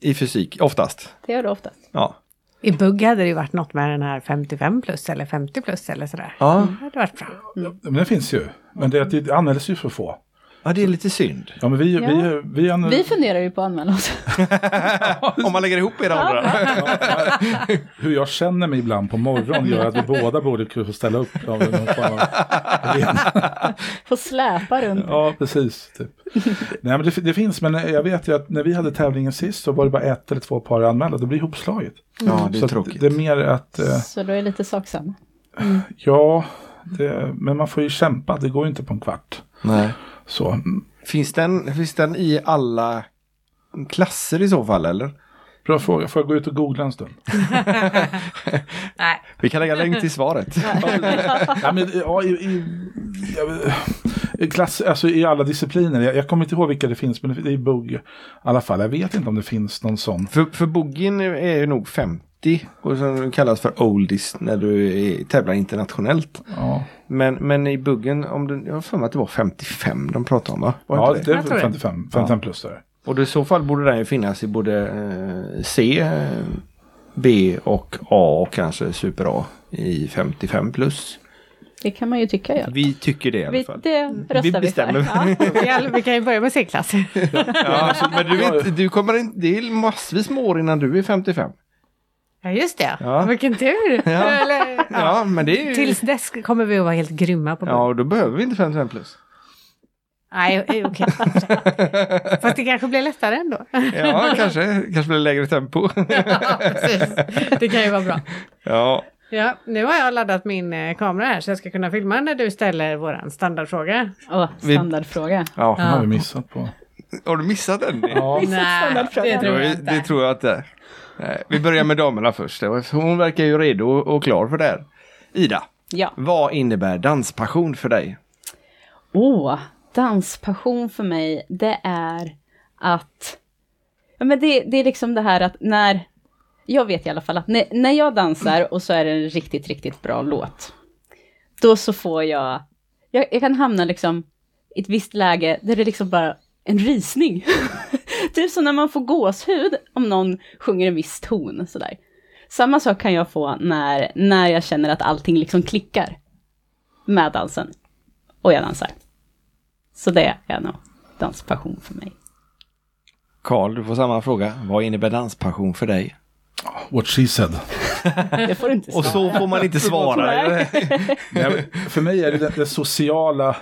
I fysik oftast. Mm.
Det gör det oftast.
Ja.
I bugg hade det ju varit något med den här 55 plus eller 50 plus eller sådär.
Ja.
Det hade varit bra.
Men den finns ju. Men det, det används ju för få.
Ja, det är lite synd.
Ja, men vi...
Ja.
vi, vi, använder-
Vi funderar ju på att anmäla oss.
Om man lägger ihop era åldrar. [LAUGHS]
Hur jag känner mig ibland på morgonen gör
[LAUGHS]
att vi båda borde kunna få ställa upp. Av någon form av
Få släpa runt.
Ja, precis. Typ. Nej, men det, det finns, men jag vet ju att när vi hade tävlingen sist så var det bara ett eller två par anmälda. Det blir ihopslaget.
Mm. Ja, det är
Så att
tråkigt.
Det är mer att, eh,
Så då är jag lite saksam.
ja, det, men man får ju kämpa. Det går ju inte på en kvart.
Nej.
Så, mm,
Finns den, finns den i alla klasser i så fall eller?
bra fråga. Får jag gå ut och googla en stund?
Nej.
Vi kan lägga länk till
[LAUGHS]
svaret.
ja, men, ja, i, i, jag vet- i, klass, alltså, I alla discipliner. Jag, jag kommer inte ihåg vilka det finns, men det är bugg i alla fall. Jag vet inte om det finns någon sån.
För, för boogien är ju nog 50 och som kallas för oldies när du är, tävlar internationellt.
Ja,
Men, men i buggen, om du, jag har för mig att det var 55 de pratade om va? Var
ja
inte
det
det?
är
Jag tror det.
55, 55 plus där.
Och då i så fall borde den ju finnas i både eh, C, eh, B och A och kanske Super A i 55 plus.
Det kan man ju tycka ja.
Vi tycker det i alla
Vi,
fall.
det röstar vi, för.
bestämmer.
Ja.
Vi, all- vi kan ju börja
[LAUGHS]
med C-klass.
Ja, alltså, men du, vet, du kommer inte, det är massvis med år innan du är 55.
Ja, just det.
Ja.
Vilken tur!
[LAUGHS] Ja.
Eller, ja.
Ja, men det är ju...
Tills dess kommer vi att vara helt grymma på
Ja, och då behöver vi inte 55 plus.
Nej, okej.
[LAUGHS]
Fast det kanske blir lättare ändå.
Ja, kanske. Kanske blir det lägre tempo.
ja, precis. Det kan ju vara bra.
Ja,
Ja, nu har jag laddat min eh, kamera här så jag ska kunna filma när du ställer våran [LAUGHS] standardfråga.
Åh, standardfråga.
Den
ja.
har vi missat på.
Har du missat den?
Ja.
Nej, det tror jag
det
inte.
tror jag inte. Nej, Vi börjar med damerna först. Hon verkar ju redo och klar för det här. Ida,
Ja.
vad innebär danspassion för dig?
Åh, danspassion för mig, det är att... Ja, men det, det är liksom det här att när... Jag vet i alla fall att när, när jag dansar och så är det en riktigt, riktigt bra låt, då så får jag... Jag, jag kan hamna liksom i ett visst läge där det liksom bara en rysning. [LAUGHS] typ som när man får gåshud om någon sjunger en viss ton sådär. Samma sak kan jag få när, när jag känner att allting liksom klickar med dansen och jag dansar. Så det är nog danspassion för [LAUGHS] mig.
Karl, du får samma fråga. Vad innebär danspassion för dig?
What she said.
Det får du inte
Och
säga.
så får man inte svara.
Nej, men för mig är det den, den sociala,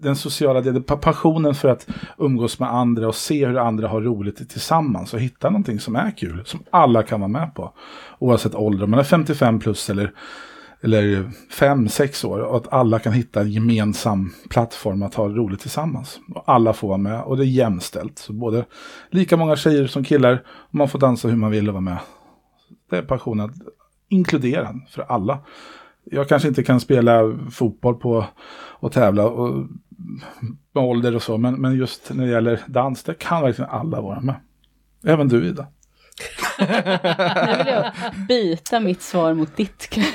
den sociala delen, pa- passionen för att umgås med andra och se hur andra har roligt tillsammans och hitta någonting som är kul, som alla kan vara med på. Oavsett ålder, om man är 55 plus eller, eller 5-6 år, och att alla kan hitta en gemensam plattform att ha roligt tillsammans. Och alla får vara med och det är jämställt. Så både lika många tjejer som killar, och man får dansa hur man vill och vara med. Det är passionen, att inkludera för alla jag kanske inte kan spela fotboll på och tävla och, med ålder och så, men, men just när det gäller dans, där kan verkligen alla vara med. Även du Ida.
Nu vill jag byta mitt svar mot ditt. [LAUGHS]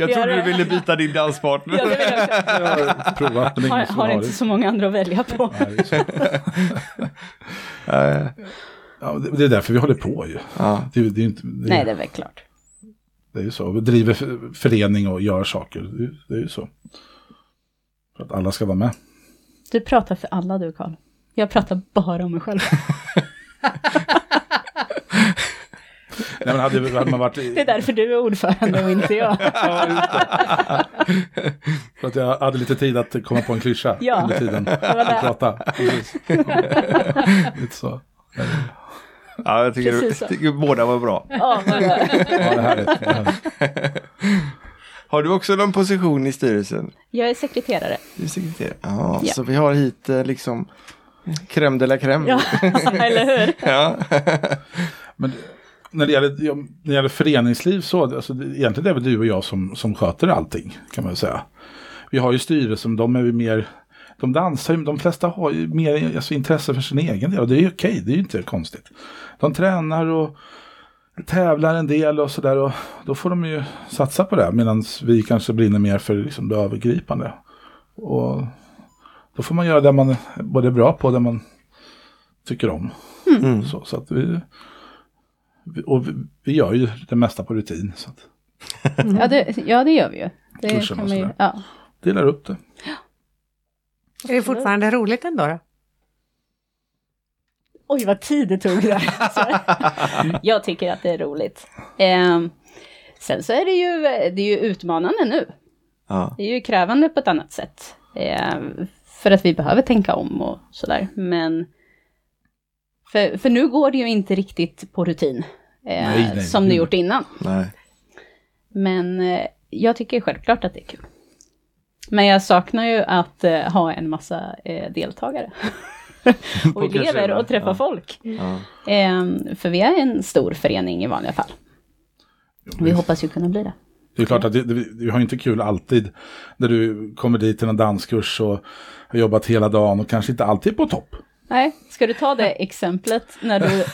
Jag trodde du ville byta din danspartner.
Jag vill också- [LAUGHS]
Jag har provat, men det
har,
är ingen som
har
har
inte
det.
så många andra att välja på.
Nej, det är [LAUGHS] så.
Eh,
Ja, det det är därför vi håller på ju.
Ja.
Det, är ju- det, är ju inte, det,
Nej,
är-
det är väl klart.
det är ju så. Vi driver f- förening och gör saker. Det, är- det är ju så. För att alla ska vara med.
Du pratar för alla du, Karl. Jag pratar bara om mig själv. [LAUGHS]
Nej, men hade, hade man varit...
Det är därför du är ordförande och inte jag.
Ja, just det. För att jag hade lite tid att komma på en klyscha
Ja.
under tiden. Att prata. Precis. [LAUGHS] Lite så.
Ja, jag tycker,
Precis så.
jag tycker båda var bra.
Ja, vad bra.
Ja, det är härligt. Det är härligt.
Har du också någon position i styrelsen?
jag är sekreterare.
Du är sekreterare. Ja,
Ja.
så vi har hit eh, liksom crème de la crème.
[LAUGHS] Ja, [LAUGHS] eller hur?
Ja.
Men när det gäller, ja, när det gäller föreningsliv så, alltså, det, egentligen är det väl du och jag som, som sköter allting, kan man väl säga. Vi har ju styrelsen, de är ju mer, de dansar ju, de flesta har ju mer alltså, intresse för sin egen del och det är ju okej, det är ju inte konstigt. De tränar och tävlar en del och sådär och då får de ju satsa på det medan vi kanske brinner mer för liksom, det övergripande. Och då får man göra det man är
Mm.
både är bra på och det man tycker om. Så, så att vi, Och vi- vi gör ju det mesta på rutin. Så att
Ja, det, ja, det gör vi ju. Det
Kursen
kan
och
man ju
sådär.
ja.
delar upp det.
Är det fortfarande roligt ändå då?
Oj, vad tid det tog där. [LAUGHS] jag tycker att det är roligt. Ehm, sen så är det ju, det är ju utmanande nu.
Ja.
Det är ju krävande på ett annat sätt. Ehm, för att vi behöver tänka om och sådär. Men... För, för nu går det ju inte riktigt på rutin. eh,
Nej, nej,
som det
gud.
gjort innan.
Nej.
Men eh, jag tycker självklart att det är kul. Men jag saknar ju att eh, ha en massa eh,
[LAUGHS]
deltagare. och
På
elever
kurserna,
och träffa
ja.
folk.
Ja.
Ehm, för vi är en stor förening i vanliga fall. Vi hoppas ju kunna bli det.
Det är klart att det, det, vi har inte kul alltid. När du kommer dit till en danskurs och har jobbat hela dagen och kanske inte alltid på topp.
Nej, ska du
[LAUGHS]
ta det exemplet när du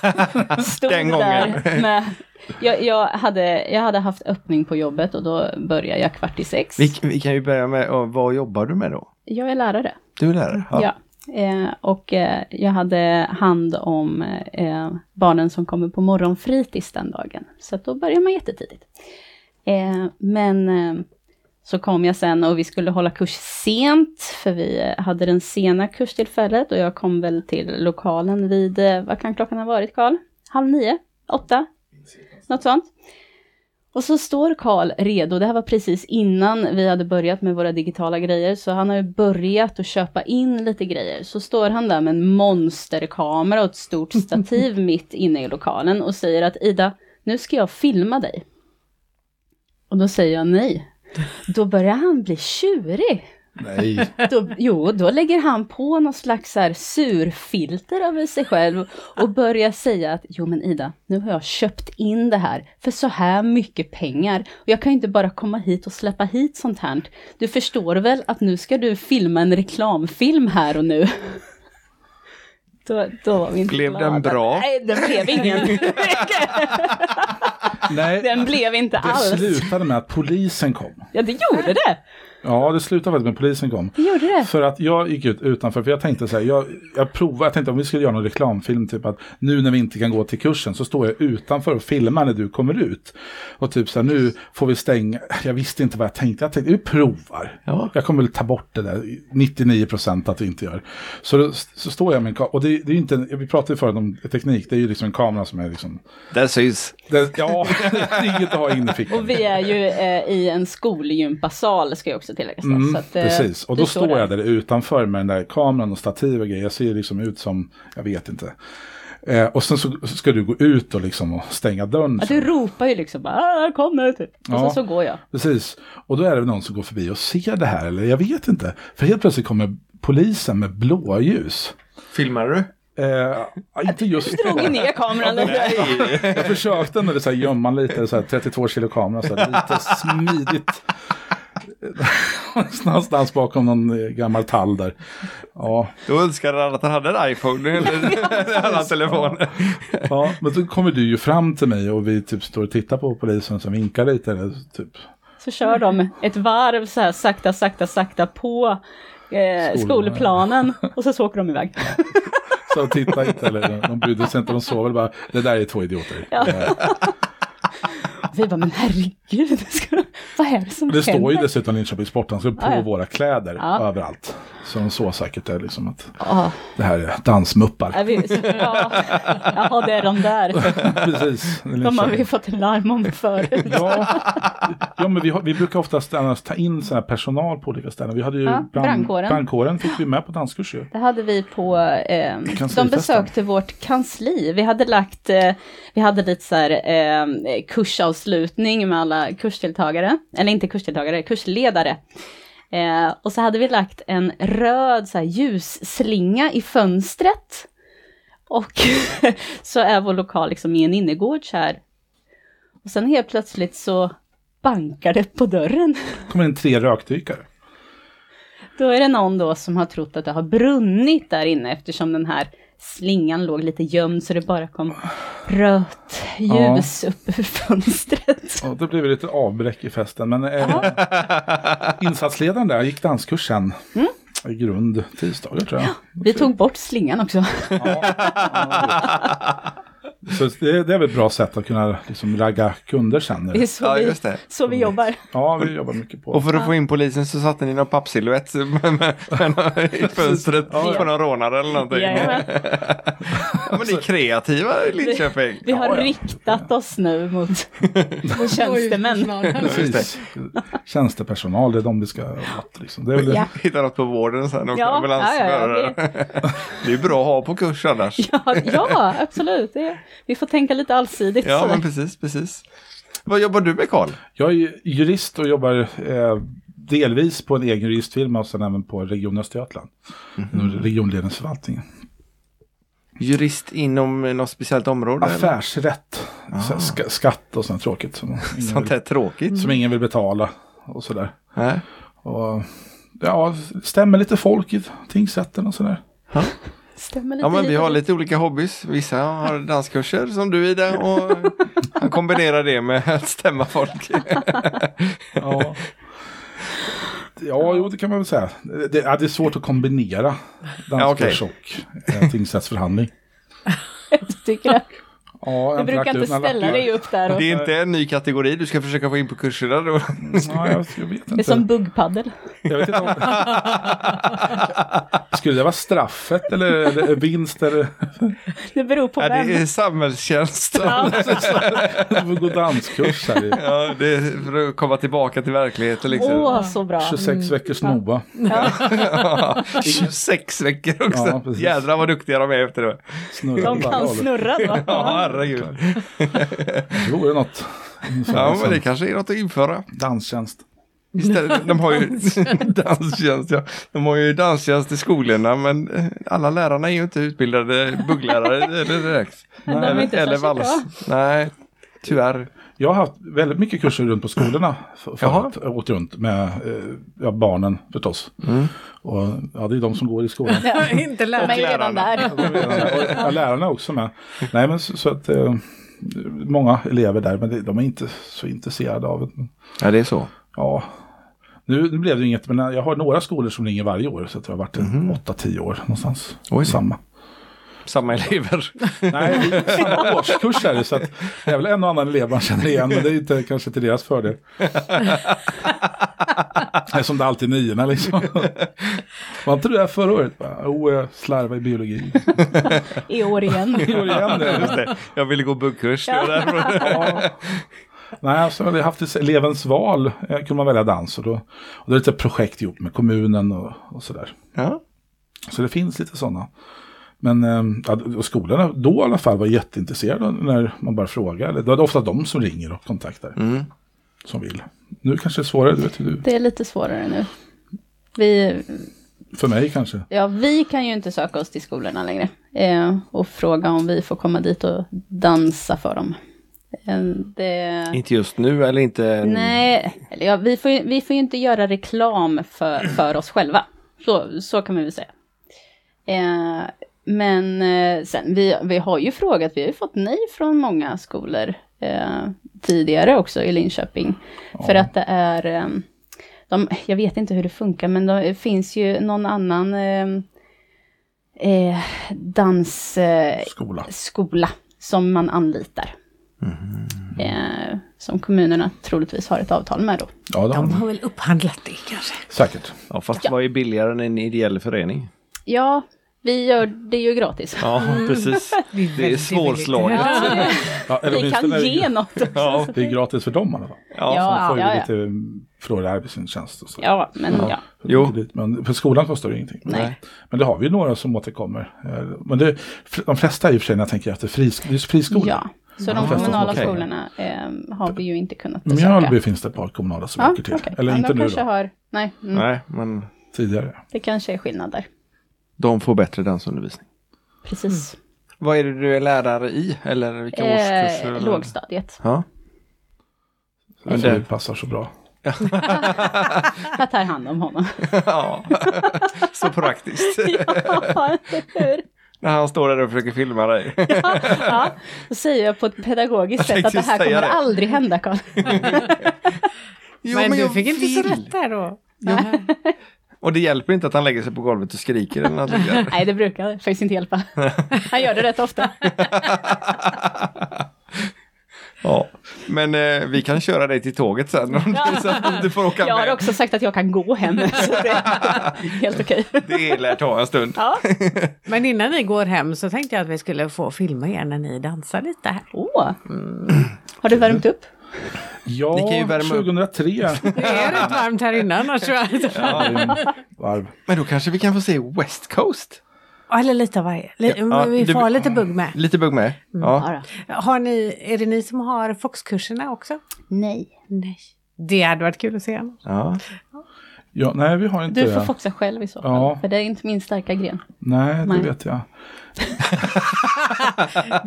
stod
Den gången.
där med... Jag, jag, hade, jag hade haft öppning på jobbet och då började jag kvart i sex.
Vi, vi kan ju börja med, ja, vad jobbar du med då?
Jag är lärare.
Du är lärare?
Ja.
[LAUGHS]
Eh, och eh, jag hade hand om eh, barnen som kommer på morgonfritids den dagen. Så att då börjar man jättetidigt. Eh, men eh, så kom jag sen och vi skulle hålla kurs sent, för vi eh, hade den sena kurstillfället och jag kom väl till lokalen vid, eh, vad kan klockan ha varit Karl? Halv nio? Åtta? Något sånt. Och så står Karl redo, det här var precis innan vi hade börjat med våra digitala grejer, så han har ju börjat att köpa in lite grejer. Så står han där med en monsterkamera och ett stort stativ mitt inne i lokalen och säger att Ida, nu ska jag filma dig. Och då säger jag nej. Då börjar han bli tjurig.
Nej,
Då, jo, då lägger han på någon slags så här surfilter över sig själv och börjar säga att jo men Ida, nu har jag köpt in det här för så här mycket pengar och jag kan ju inte bara komma hit och släppa hit sånt här. Du förstår väl att nu ska du filma en reklamfilm här och nu. Då, då var vi inte
Blev
glada.
den bra?
Nej, den blev ingen.
nej.
Den blev inte
Det
alls.
slutade med att polisen kom.
Ja, det gjorde det.
Ja, det slutade faktiskt med att polisen kom.
Det gjorde det.
För att jag gick ut utanför, för jag tänkte så här, jag, jag provade, jag tänkte om vi skulle göra någon reklamfilm, typ att nu när vi inte kan gå till kursen så står jag utanför och filmar när du kommer ut. Och typ så här, nu får vi stänga, jag visste inte vad jag tänkte, jag tänkte vi provar.
Ja.
Jag kommer väl ta bort det där, 99 procent att vi inte gör. Så, då, så står jag med en kamera, och det, det är ju inte, en- vi pratade ju förut om teknik, det är ju liksom en kamera som är liksom,
Där syns.
det, ja, [LAUGHS] det är inget att ha inne i fickan.
Och vi är ju eh, i en skolgympasal ska jag också tillägga.
Mm,
så att, eh,
precis, och då
du
står jag där utanför med den där kameran och stativ och grejer. Jag ser liksom ut som, jag vet inte. Eh, och sen så så ska du gå ut och liksom och stänga dörren.
Ja, du ropar ju liksom bara "Ah, här kommer typ. Och
Ja.
sen så går jag.
Precis, och då är det väl någon som går förbi och ser det här, eller jag vet inte. För helt plötsligt kommer polisen med blåljus.
Filmar du?
Eh, ja, inte just
Drog ner kameran lite.
Jag försökte när det så här gömma lite, så här 32 kilo kamera, så här, lite smidigt. [LAUGHS] Någonstans bakom någon eh, gammal tall där. Ja,
Då önskar han att han hade en iPhone
[LAUGHS]
eller alla telefoner.
Ja, men då kommer du ju fram till mig och vi typ står och tittar på polisen som vinkar lite. Eller, typ.
Så kör de ett varv så här sakta, sakta, sakta på eh, skolplanen. Och sen så åker de iväg.
Så de tittar inte, eller de- de brydde sig inte, de såg väl bara, det där är två idioter.
Ja.
Eh,
Vi bara, men herregud, ska de, vad är det som
Det
händer?
står ju dessutom Linköpings Sportdansgrupp på
Ja, ja.
våra kläder
Ja.
överallt. Så de såg säkert det, liksom att
Ja,
det här är dansmuppar.
är vi, så, ja, jaha, det är de där.
[LAUGHS] Precis.
De har vi
Linköping.
fått en larm om förut.
Ja, ja, men vi, har, vi brukar oftast annars ta in sån här personal på olika ställen. Vi hade ju
Ja, brandkåren.
brandkåren fick vi med på danskurs ju.
Det hade vi på, eh, de
Kanslifesten.
besökte vårt kansli. Vi hade lagt, eh, vi hade lite så här eh, kursavslutning med alla kursdeltagare, eller inte kursdeltagare, kursledare. Eh, och så hade vi lagt en röd så här, ljusslinga i fönstret. Och [LAUGHS] så är vår lokal liksom i en innergård så här. Och sen helt plötsligt så bankar det på dörren.
kommer in tre rökdykare.
Då är det någon då som har trott att det har brunnit där inne eftersom den här slingan låg lite gömd så det bara kom rött ljus upp ur fönstret.
Ja, det blev lite avbräck i festen, men eh, [LAUGHS] insatsledaren där gick danskursen. I grund tisdagar tror jag.
Vi tog bort slingan också.
Så det, det är väl ett bra sätt att kunna liksom ragga kunder sen.
Det är
nu.
så,
Ja,
vi,
just det.
så vi jobbar.
Ja, vi jobbar mycket på.
Och för att få in polisen så satte ni någon pappsilhuett med, med, med, i fönstret
Ja.
på någon rånare eller någonting.
Jajamän.
Ja, men ni är kreativa i Linköping.
Vi har
Ja, ja.
riktat oss
[LAUGHS]
nu mot, mot tjänstemän.
Precis. Tjänstepersonal, det är de vi ska åt. Liksom. Det är väl
Ja.
[LAUGHS] Hitta något på vården sen och
Ja,
ambulansförare.
ja, ja,
[LAUGHS] Det är bra att ha på kurs annars.
[LAUGHS] Ja, ja absolut. Det, vi får tänka lite allsidigt.
Ja,
så.
men precis, precis. Vad jobbar du med Karl?
Jag är ju jurist och jobbar eh, delvis på en egen juristfirma och sen även på Region Östergötland. Inom Regionledningsförvaltningen.
Jurist inom eh, något speciellt område? eller?
Affärsrätt, Så här ska, skatt och sånt tråkigt som ingen,
Sånt här
vill,
tråkigt.
som ingen vill betala och sådär.
Nej.
Och, ja, stämmer lite folk i tingsrätten och sådär.
Stämmer lite
Ja, men vi
hit och
har
dit.
lite olika hobbys. Vissa
[LAUGHS]
har danskurser som du Ida och han kombinerar det med att stämma folk.
[LAUGHS]
Ja. [LAUGHS] Ja, jo, det kan man väl säga. Det, ja, det är svårt att kombinera danskurs
Ja,
och eh, tingsrättsförhandling.
Jag tycker att
Ja,
du brukar inte ställa dig upp där. Och,
Det är inte en ny kategori du ska försöka få in på kurserna
[LAUGHS]
då.
Ja, Mm, jag, jag vet inte.
det är som buggpaddel.
Jag vet
[LAUGHS]
inte om... Skulle det vara straffet eller, eller vinst eller
Det beror på
Ja,
vem.
det är samhällstjänst.
Vi går danskurs här i
Ja, det är för att komma tillbaka till verkligheten liksom.
Åh, så bra.
26 veckors NOA.
Ja, 26 veckor också.
Ja, precis.
Jädrar vad duktiga de är efter det.
Snurrar
De
åt alla
kan
håll.
snurra då.
[LAUGHS] Ja, herregud.
Det vore något.
Ja, men det kanske är något att införa.
Danstjänst.
Istället, de har ju [LAUGHS] danstjänst, ja. De har ju danstjänst i skolorna men eh, alla lärarna är ju inte utbildade bugglärare eller direkt.
Men de är inte särskilt
Nej, tyvärr.
Jag har haft väldigt mycket kurser runt på skolorna. För, förut. jag har åkt runt med eh, ja, barnen förstås. Och, ja, det är de som går i skolan.
[LAUGHS] Inte
De är
lärare.
ju redan där.
Ja, lärarna är också med. Nej, men så, så att eh, många elever där, men det, de är inte så intresserade av det.
Ja, det är så.
Ja, nu, nu blev det inget, men jag har några skolor som ringer varje år, så att jag har varit mm. 8-10 år någonstans.
Oj.
Samma.
Samma elever.
Nej, det är samma årskurs är det, så att det är väl en och annan elev man känner igen, men det är inte kanske till deras fördel. Det är som det alltid är niorna liksom. Var inte du här förra året? Bara, Jo, jag slarvade i biologi.
I år igen.
I år igen, det.
Just det. Jag ville gå buggkurs. det var därför.
Ja. Nej, alltså, jag har haft elevens val, eh, kunde man välja dans och då, och då är det ett projekt ihop med kommunen och, och sådär.
Ja.
Så det finns lite sådana. Men eh, ja, och skolorna då i alla fall var jätteintresserade när man bara frågar. Eller, då är det ofta de som ringer och kontaktar. Som vill. Nu kanske det är svårare, du vet ju du.
[LAUGHS] Det är lite svårare nu. Vi,
För mig kanske.
ja, vi kan ju inte söka oss till skolorna längre eh, och fråga om vi får komma dit och dansa för dem. Eh, det,
Inte just nu eller inte...
nej, eller ja, vi, får ju, vi får ju inte göra reklam för, för oss själva. Så, så kan vi väl säga. Eh, men eh, sen, vi, vi har ju frågat, vi har ju fått nej från många skolor eh, tidigare också i Linköping. För att det är, eh, de, jag vet inte hur det funkar, men det finns ju någon annan eh, eh, dans... Eh,
Skola.
skola som man anlitar. Eh, som kommunerna troligtvis har ett avtal med då.
Ja, det har
De
de.
har väl upphandlat det kanske.
Säkert.
Ja, fast vad är billigare än en ideell förening?
Ja, vi gör det ju gratis.
Ja, precis. Det är
väldigt
svårslaget.
billigt.
Ja, eller
[LAUGHS] vi
åtminstone
kan
är det-
ge
[LAUGHS]
något också.
Ja.
Det är gratis för dem i alla fall.
Ja,
Ja.
de får ju
ja, ja.
lite mm, förlorad arbetsinkomst och så.
Ja, men ja.
Jo.
Dit, Men för skolan kostar det ingenting.
Nej.
Men det har vi ju några som återkommer. Eh, Men det, de flesta i och för sig när jag tänker efter, frisk, det är friskolor.
ja. Så de
fast
kommunala
okej.
skolorna eh, har vi ju inte kunnat besöka.
Mjölby finns det ett par kommunala som
Ja,
åker till.
okej.
Eller
Men
inte
de
nu
kanske
då,
har, nej, mm,
Nej, men
tidigare.
det kanske är skillnad där.
de får bättre dansundervisning.
Precis.
Mm.
Vad är det du är lärare i? Eller vilka årskurser?
Eh,
eller?
lågstadiet.
Ja.
Men
det-
det passar så bra.
Jag tar hand om
[LAUGHS]
honom.
[LAUGHS]
[LAUGHS]
ja. [LAUGHS] Så praktiskt.
ja, eller hur?
När han står där och försöker filma dig. [LAUGHS]
Ja, då säger jag på ett pedagogiskt sätt
tänkte
att det här
säga
kommer
det.
aldrig hända, Karl.
Jo,
Men, du
jag
fick inte så
vill.
rätt där då.
Och det hjälper inte att han lägger sig på golvet och skriker eller något sånt
[LAUGHS]
där.
Nej, det brukar faktiskt inte hjälpa. Han gör det rätt ofta.
Ja, men eh, vi kan köra dig till tåget sen om du, så att du får åka
[LAUGHS] Jag har
med.
också sagt att jag kan gå hem, så det är helt okej.
Det lär ta en stund.
Ja.
[LAUGHS] Men innan vi går hem så tänkte jag att vi skulle få filma er när ni dansar lite här.
Åh. Har du värmt upp?
Ja,
Ni kan ju värma upp.
2003.
[LAUGHS]
Det är rätt varmt här inne annars. tror jag.
Varv.
Men då kanske vi kan få se West Coast.
Ja, Eller lite av varje. Li-
Ja,
vi
du-
får ha lite bugg med.
Lite bugg med. Ja.
Mm, Ja, då.
Har ni, är det ni som har Fox-kurserna också?
Nej.
Nej. Det hade varit kul att se.
Ja.
Ja, nej, vi har inte
Du
det.
får foxa själv i så fall,
Ja.
för det är inte min starka gren.
Nej, det
Nej.
vet jag.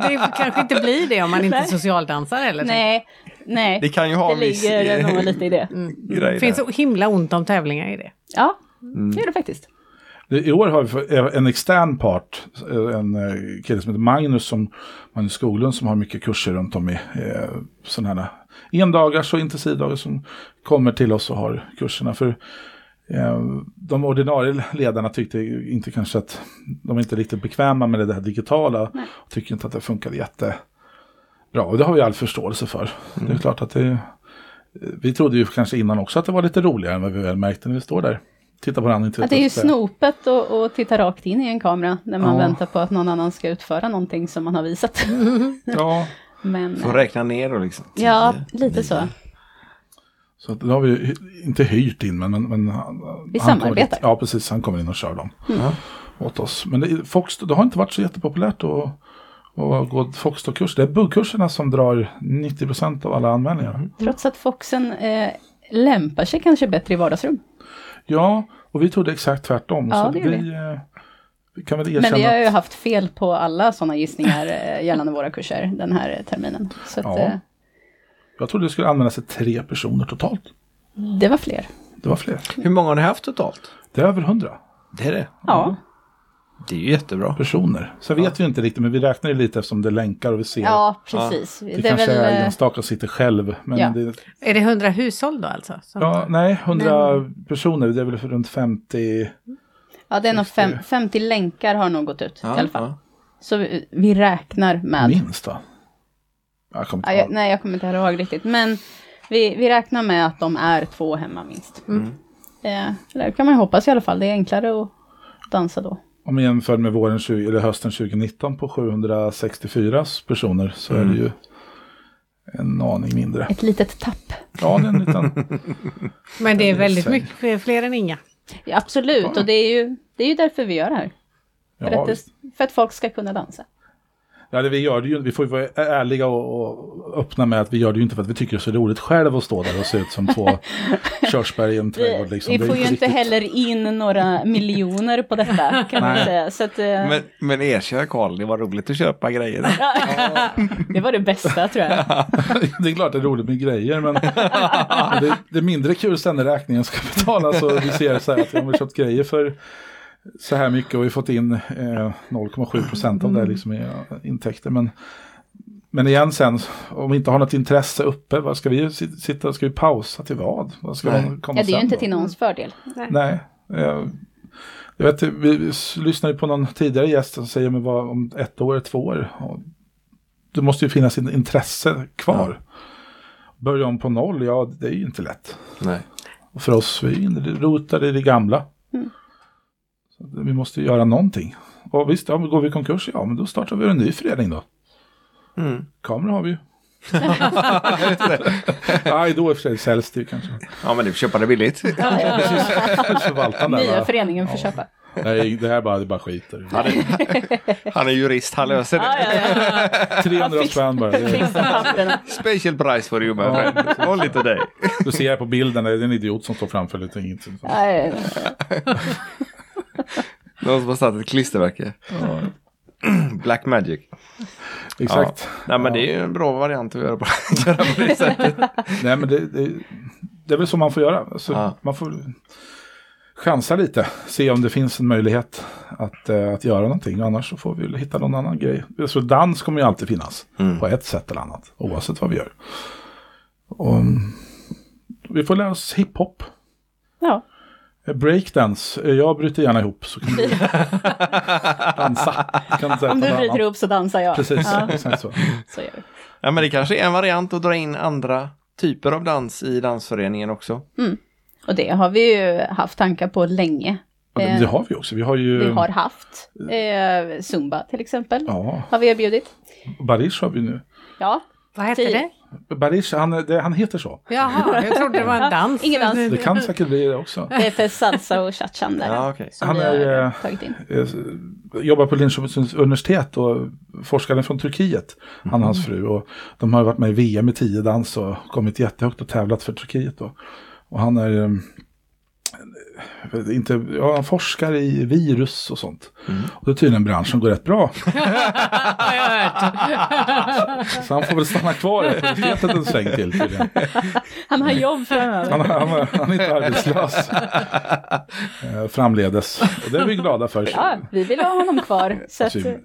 Det kanske inte blir det om man inte
Nej.
socialdansar eller
Nej, nej.
Det kan ju ha
Det
en viss
ligger
eh,
nog lite i det.
grej där.
Det finns så himla ont om tävlingar i det.
Ja, det gör det faktiskt.
Det- I år har vi för- en extern part, eh, en eh, kille som heter Magnus, som, Magnus Skoglund, som har mycket kurser runt om i eh, sådana här endagars och intensivdagar som kommer till oss och har kurserna. För eh, de ordinarie ledarna tyckte ju inte kanske att de är inte riktigt bekväma med det här digitala. Och tycker inte att det funkar jättebra. Och det har vi all förståelse för. Det är klart att det, eh, vi trodde ju kanske innan också att det var lite roligare än vad vi väl märkte när vi står där. Titta på varandra. inte
Att det är ju
vet vad-
snopet att att titta rakt in i en kamera när man
Ja.
väntar på att någon annan ska utföra någonting som man har visat.
Ja,
Men, eh,
Får räkna ner då liksom. Tio,
ja, lite så.
nio.
så att det har vi ju hy- inte hyrt in men, men, men han,
Vi
han kommer
samarbetar. Mm.
dit. Ja, precis. Han kommer in och kör dem åt oss. Men det, Fox, det har inte varit så jättepopulärt att, att gå Fox-kurs. Det är buggkurserna som drar 90 av alla anmälningar.
Trots att foxen eh, lämpar sig kanske bättre i vardagsrum.
Ja, och vi trodde exakt tvärtom.
Ja, det
så vi,
gör
eh, vi kan väl erkänna
Men vi har ju
att
haft fel på alla sådana gissningar eh, gällande våra kurser den här terminen. Så att,
Ja.
eh,
jag trodde det skulle använda sig tre personer totalt.
det var fler.
Det var fler.
Hur många har ni haft totalt?
Det är över hundra
Det är det.
Ja,
Det är ju jättebra.
personer. Så vet vi ju inte riktigt, men vi räknar ju lite eftersom det är länkar och vi ser.
ja precis.
det,
Det är
kanske
väl,
är
eh,
enstaka som sitter själv. Men
Ja.
det,
Är det hundra hushåll då alltså? Som-
Ja, nej, 100 personer, det är väl runt 50.
ja, det är nog fem, 50 länkar har nog gått ut i alla fall.
ja.
Så vi, vi räknar med...
Minst va? Jag kommer
Ja,
inte
jag,
ihåg.
nej, jag kommer inte ihåg riktigt. Men vi, vi räknar med att de är två hemma minst. Det, det Mm. Eh, kan man ju hoppas i alla fall. Det är enklare att dansa då.
Om vi jämför med våren 20, eller hösten 2019 på 764 personer så är det ju en aning mindre.
Ett litet tapp.
Ja, det är en
[LAUGHS]
liten...
Men det är väldigt
säg.
mycket fler än inga.
Ja, absolut, och det är, ju, det är ju därför vi gör det här. För,
Ja,
att, det, för att folk ska kunna dansa.
ja, det vi, gör det ju, vi får ju vara ärliga och, och öppna med att vi gör det ju inte för att vi tycker det är så roligt själv att stå där och se ut
[LAUGHS]
som två körsbär i en
Vi,
trädgård. Liksom.
vi
Det är
får ju inte
riktigt-
heller in
[LAUGHS]
några miljoner på detta, kan man säga. Så att, eh,
Men, men erkänn Karl, det var roligt att köpa grejer.
det var det bästa, tror jag.
[LAUGHS] det är klart det är roligt med grejer men [LAUGHS] det, det är mindre kul sen när räkningen ska betalas och vi ser så här att vi har köpt grejer för så här mycket och vi har fått in eh, 0,7 procent av
Mm.
det här liksom i eh, intäkter. Men, men igen sen, om vi inte har något intresse uppe, vad ska vi sit- sitta, ska vi pausa till vad? Vad ska
Nej.
man komma
Ja, det är ju
sen
inte
då?
till någons fördel.
Nej. eh, Jag vet, vi vi s- lyssnade ju på någon tidigare gäst som säger men vad, om ett år, två år. Ja, Det måste ju finnas ett intresse kvar. Börja om på noll, ja det är ju inte lätt.
Nej.
Och för oss, vi är ju inne- rotade i det gamla. Så att vi måste ju göra någonting. Och visst, ja, men går vi i konkurs, ja men då startar vi en ny förening då.
Mm.
Kamera har vi ju. [LAUGHS] Nej, då i och för sig säljs det ju kanske.
Ja, men du får köpa det billigt.
Förvaltaren där,
Nya
va?
föreningen får köpa.
Nej, det här bara, det bara skiter.
Han är, han är jurist, han löser
Ja,
det.
ja, ja.
300 spänn bara.
[LAUGHS]
Det-
Fixa papperna.
Special price for you, my friend. Håll lite dig.
Du ser här på bilden, det är en idiot som står framför lite inget.
Nej, nej,
Någon som har satt ett klistermärke. [CLEARS THROAT] Black Magic.
Exakt.
Ja. Nej, men det är ju en bra variant att göra på, [LAUGHS] göra på det sättet.
Nej men det, det, det är väl så man får göra. Alltså,
Ja.
Man får chansa lite, se om det finns en möjlighet att, eh, att göra någonting. Annars så får vi väl hitta någon annan grej. Alltså, dans kommer ju alltid finnas på ett sätt eller annat, oavsett vad vi gör. Och, mm, vi får lära oss hiphop.
Ja,
Breakdance, eh, jag bryter gärna ihop
[LAUGHS]
så kan vi dansa. Kan inte säga
Om
att
du
man-
bryter
ja,
ihop så dansar jag.
Precis,
Ja,
exakt så.
så gör vi.
Ja, men det kanske är en variant att dra in andra typer av dans i dansföreningen också.
Och det har vi ju haft tankar på länge.
Ja, det,
Eh,
det har vi också. Vi har ju...
Vi har haft eh, Zumba till exempel.
Ja,
Har vi erbjudit.
Barish har vi nu.
Ja,
Vad hette
Tio.
det?
Barish, han, det, han heter så.
Jaha, jag trodde det var en dans.
Ingen dans.
Det kan säkert bli det också.
det är för salsa och chachan där.
Ja, okej.
Som
Han
vi
är,
har
eh,
tagit in.
Eh, jobbar på Linköpings universitet och forskaren från Turkiet, han och
Mm.
hans fru. Och de har varit med i VM i tiodans och kommit jättehögt och tävlat för Turkiet. Då. Och han är eh, eh, inte, ja, han forskar i virus och sånt.
Mm.
Och det är tydligen en bransch som går rätt bra.
Har jag hört.
Så han får väl stanna kvar i universitetet en sväng till tydligen.
Han har jobb
[LAUGHS]
framöver.
Han, han, han är
[LAUGHS]
inte arbetslös. Eh, framledes. Och det är vi glada för.
Ja, vi vill ha honom kvar. Så att,
Alltså,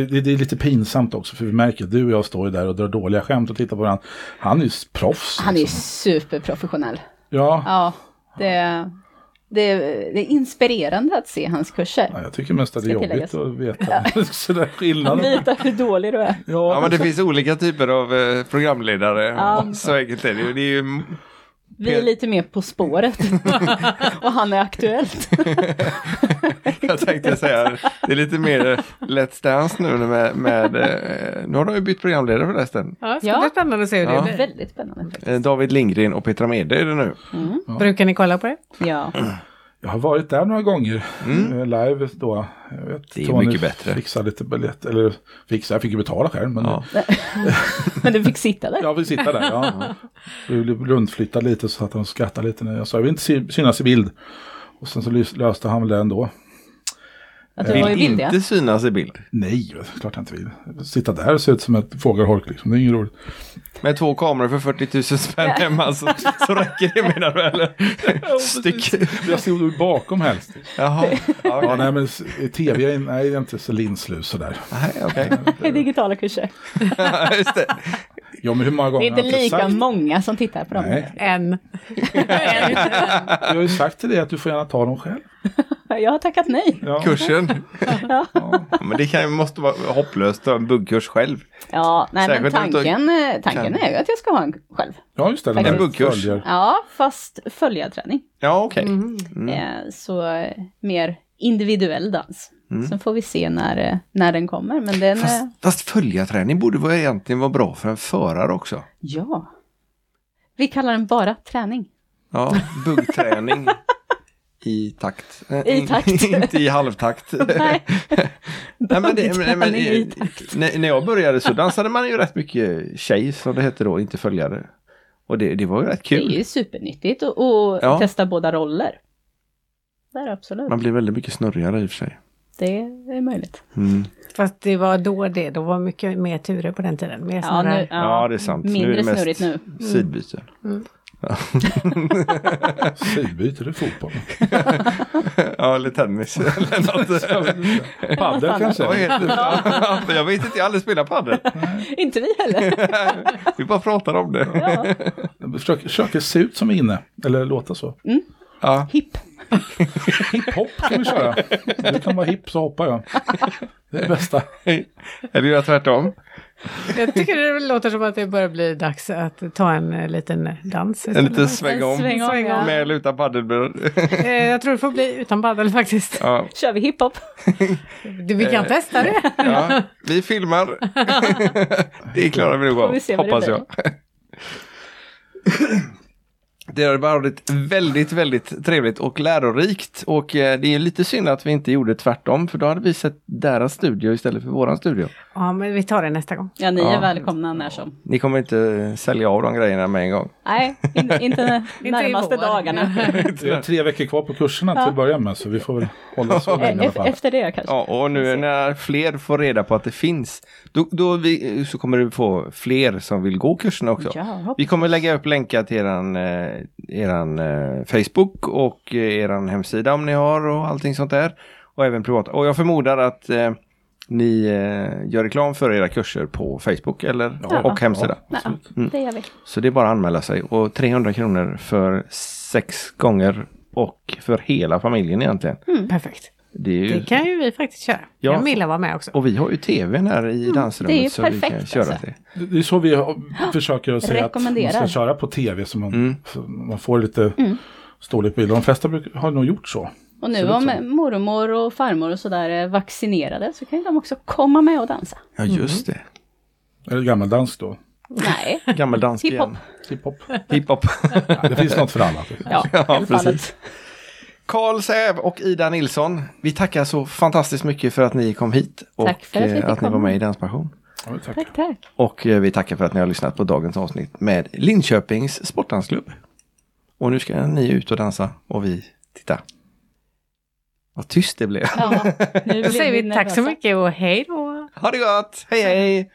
alltså, det, det är lite pinsamt också för vi märker att du och jag står ju där och drar dåliga skämt och tittar på varandra. Han är ju s- proffs.
han är ju
liksom.
superprofessionell.
ja.
Ja, det, det, det är inspirerande att se hans kurser.
ja, jag tycker mest att det är
Ska
jobbigt
tilläggas.
att veta [LAUGHS] sådär
Han
skillnaden.
visar hur dålig du är.
Ja, men det finns olika typer av eh, programledare.
Ja.
Så enkelt är det ju. Det är ju
Vi är lite mer På
[LAUGHS]
spåret. Och han är Aktuellt.
[LAUGHS] jag tänkte säga, det är lite mer eh, Let's Dance nu med, med eh, nu har de ju bytt programledare förresten.
Ja, det ska bli spännande att se hur
Ja.
det blir.
Väldigt spännande faktiskt.
Eh, David Lindgren och Petra Mede är det nu.
Brukar ni kolla på det?
Ja.
Jag har varit där några gånger eh, live då. Jag vet,
Mm. Det är
Tony
mycket bättre.
Fixade lite biljett, eller fixade, jag fick ju betala själv. Men
Ja.
Men du fick sitta där.
Jag fick sitta där, ja. Vi blev rundflyttade lite så att han skrattade lite när jag sa jag vill inte sy- synas i bild. Och sen så lys- löste han väl det ändå.
Att du var i
Vill
bild, ja.
inte synas i bild.
Nej, klart jag inte vill. Sitta där och se ut som ett fågelholk liksom, det är inget roligt.
Med två kameror för 40 000 spänn hemma så, så räcker det menar du eller? Styck.
Jag stod ju bakom helst.
Jaha. Ja,
Ja,
okej.
nej men s- tv, jag är- nej jag är inte så linslus sådär.
Nej, okej.
I digitala kurser.
Just det.
Ja men hur många
Det är
gånger har
inte
jag
lika
sagt?
många som tittar på dem.
Nej,
En.
jag har ju sagt till dig att du får gärna ta dem själv.
Jag har tackat nej.
Ja.
Kursen.
Ja.
Ja, Men det kan, ju- måste vara hopplöst att ha en buggkurs själv.
Ja, nej men
Särskilt om du-
tanken, eh, tanken
kan-
är ju att jag ska ha en själv.
ja, just det. den
Faktiskt.
där
En buggkurs.
följer.
Ja, fast följarträning.
Ja, okej. Mm.
Eh, Så eh, mer individuell dans. Sen får vi se när, eh, när den kommer. Men den, eh,
Mm. Fast, fast följarträning borde vara egentligen vara bra för en förare också.
ja. Vi kallar den bara träning. [LAUGHS]
Ja, buggträning i takt. Eh,
I
[LAUGHS]
takt.
Inte i halvtakt.
[LAUGHS] Nej.
Nej, men det, men, men,
Buggträning i
när, när jag började så dansade man ju rätt mycket tjej som det hette då, inte följare. Och det, det var ju rätt
Det är
kul.
ju supernyttigt att att
Ja.
testa båda roller. Där absolut.
Man blir väldigt mycket snurrigare i och för sig.
Det är möjligt.
Mm.
[LAUGHS] Fast det var då det, då var mycket mer turer på den tiden. Mer
Ja, nu,
snarare.
Ja, det är sant.
Mindre
nu är det mest
snurrigt nu. Mm.
sidbyten.
Sidbyte, det
[LAUGHS]
är fotboll.
Ja, eller [LAUGHS] tennis eller något.
Padel
Vad
kanske?
heter det? [LAUGHS] Jag vet inte, jag har aldrig spelat
[LAUGHS]
padel.
Inte vi
[LAUGHS]
heller.
Vi bara pratar om det.
Ja.
Jag Försöker, försöker se ut som inne, eller låta så.
Ja.
Hipp.
Hiphop kan vi köra. Du kan vara hipp så hoppar jag. Det är det bästa.
Eller göra tvärtom.
Jag tycker det låter som att det börjar bli dags att ta en eh, liten dans.
En liten sväng om.
Sväng om,
Sväng om.
ja.
Med eller utan padelbröd.
Eh, Jag tror det får bli utan baddel faktiskt.
Ja.
Kör vi hiphop?
Det- Vi kan testa det.
Ja. Vi
[LAUGHS]
filmar. Det klarar vi nog
Får
av,
vi se vad det
hoppas
blir.
jag. Det har varit väldigt, väldigt trevligt och lärorikt och eh, det är lite synd att vi inte gjorde tvärtom för då hade vi sett deras studio istället för våran studio.
Ja, men vi tar det nästa gång.
Ja, ni är
Ja.
välkomna när som.
Ni kommer inte eh, sälja av de grejerna med en gång.
Nej, in, inte
i
[LAUGHS] närmaste
vår.
dagarna.
Det är tre veckor kvar på kurserna till att börja med så vi får väl hålla oss i
E-
alla fall.
efter det kanske.
Ja, och nu när fler får reda på att det finns, då, då vi, så kommer det få fler som vill gå kurserna också.
Ja, hoppas.
Vi kommer lägga upp länkar till eran, eh, eran eh, Facebook och eh, eran hemsida om ni har och allting sånt där. Och även privat. Och jag förmodar att eh, ni eh, gör reklam för era kurser på Facebook eller, och hemsida.
Nej, ja, det gör vi.
Så det är bara att anmäla sig. Och 300 kronor för sex gånger och för hela familjen egentligen.
Perfekt.
Mm. Det är ju...
Det kan ju vi faktiskt köra.
Ja.
Kan Milla vara med också.
Och vi har ju tvn här i dansrummet
Mm, det är
så vi kan
perfekt,
köra
alltså.
det.
Det det är så vi har- försöker att säga att man ska
Rekommenderar. Mm.
köra på tv så man, så man får lite storlek på bilden. De flesta bruk- har nog gjort så.
Och nu om mormor och farmor och sådär är vaccinerade så kan ju de också komma med och dansa.
Ja just
Mm.
det.
Eller gammaldansk då.
Nej,
Gammeldansk
Hiphop.
igen.
Hiphop.
Hiphop.
[LAUGHS]
Det finns något för alla.
ja, i alla fall.
precis. Carl Säv och Ida Nilsson. Vi tackar så fantastiskt mycket för att ni kom hit. Och
Tack för att vi
eh,
fick
att ni var
komma.
med i Danspassion.
Ja, tack.
Tack, tack.
Och eh, vi tackar för att ni har lyssnat på dagens avsnitt med Linköpings Sportdansklubb. Och nu ska ni ut och dansa och vi titta. Vad tyst det blev. [LAUGHS]
Ja, nu
Då
blir
säger vi tack så
nervösa.
mycket och hej då!
Ha det gott! Hej hej!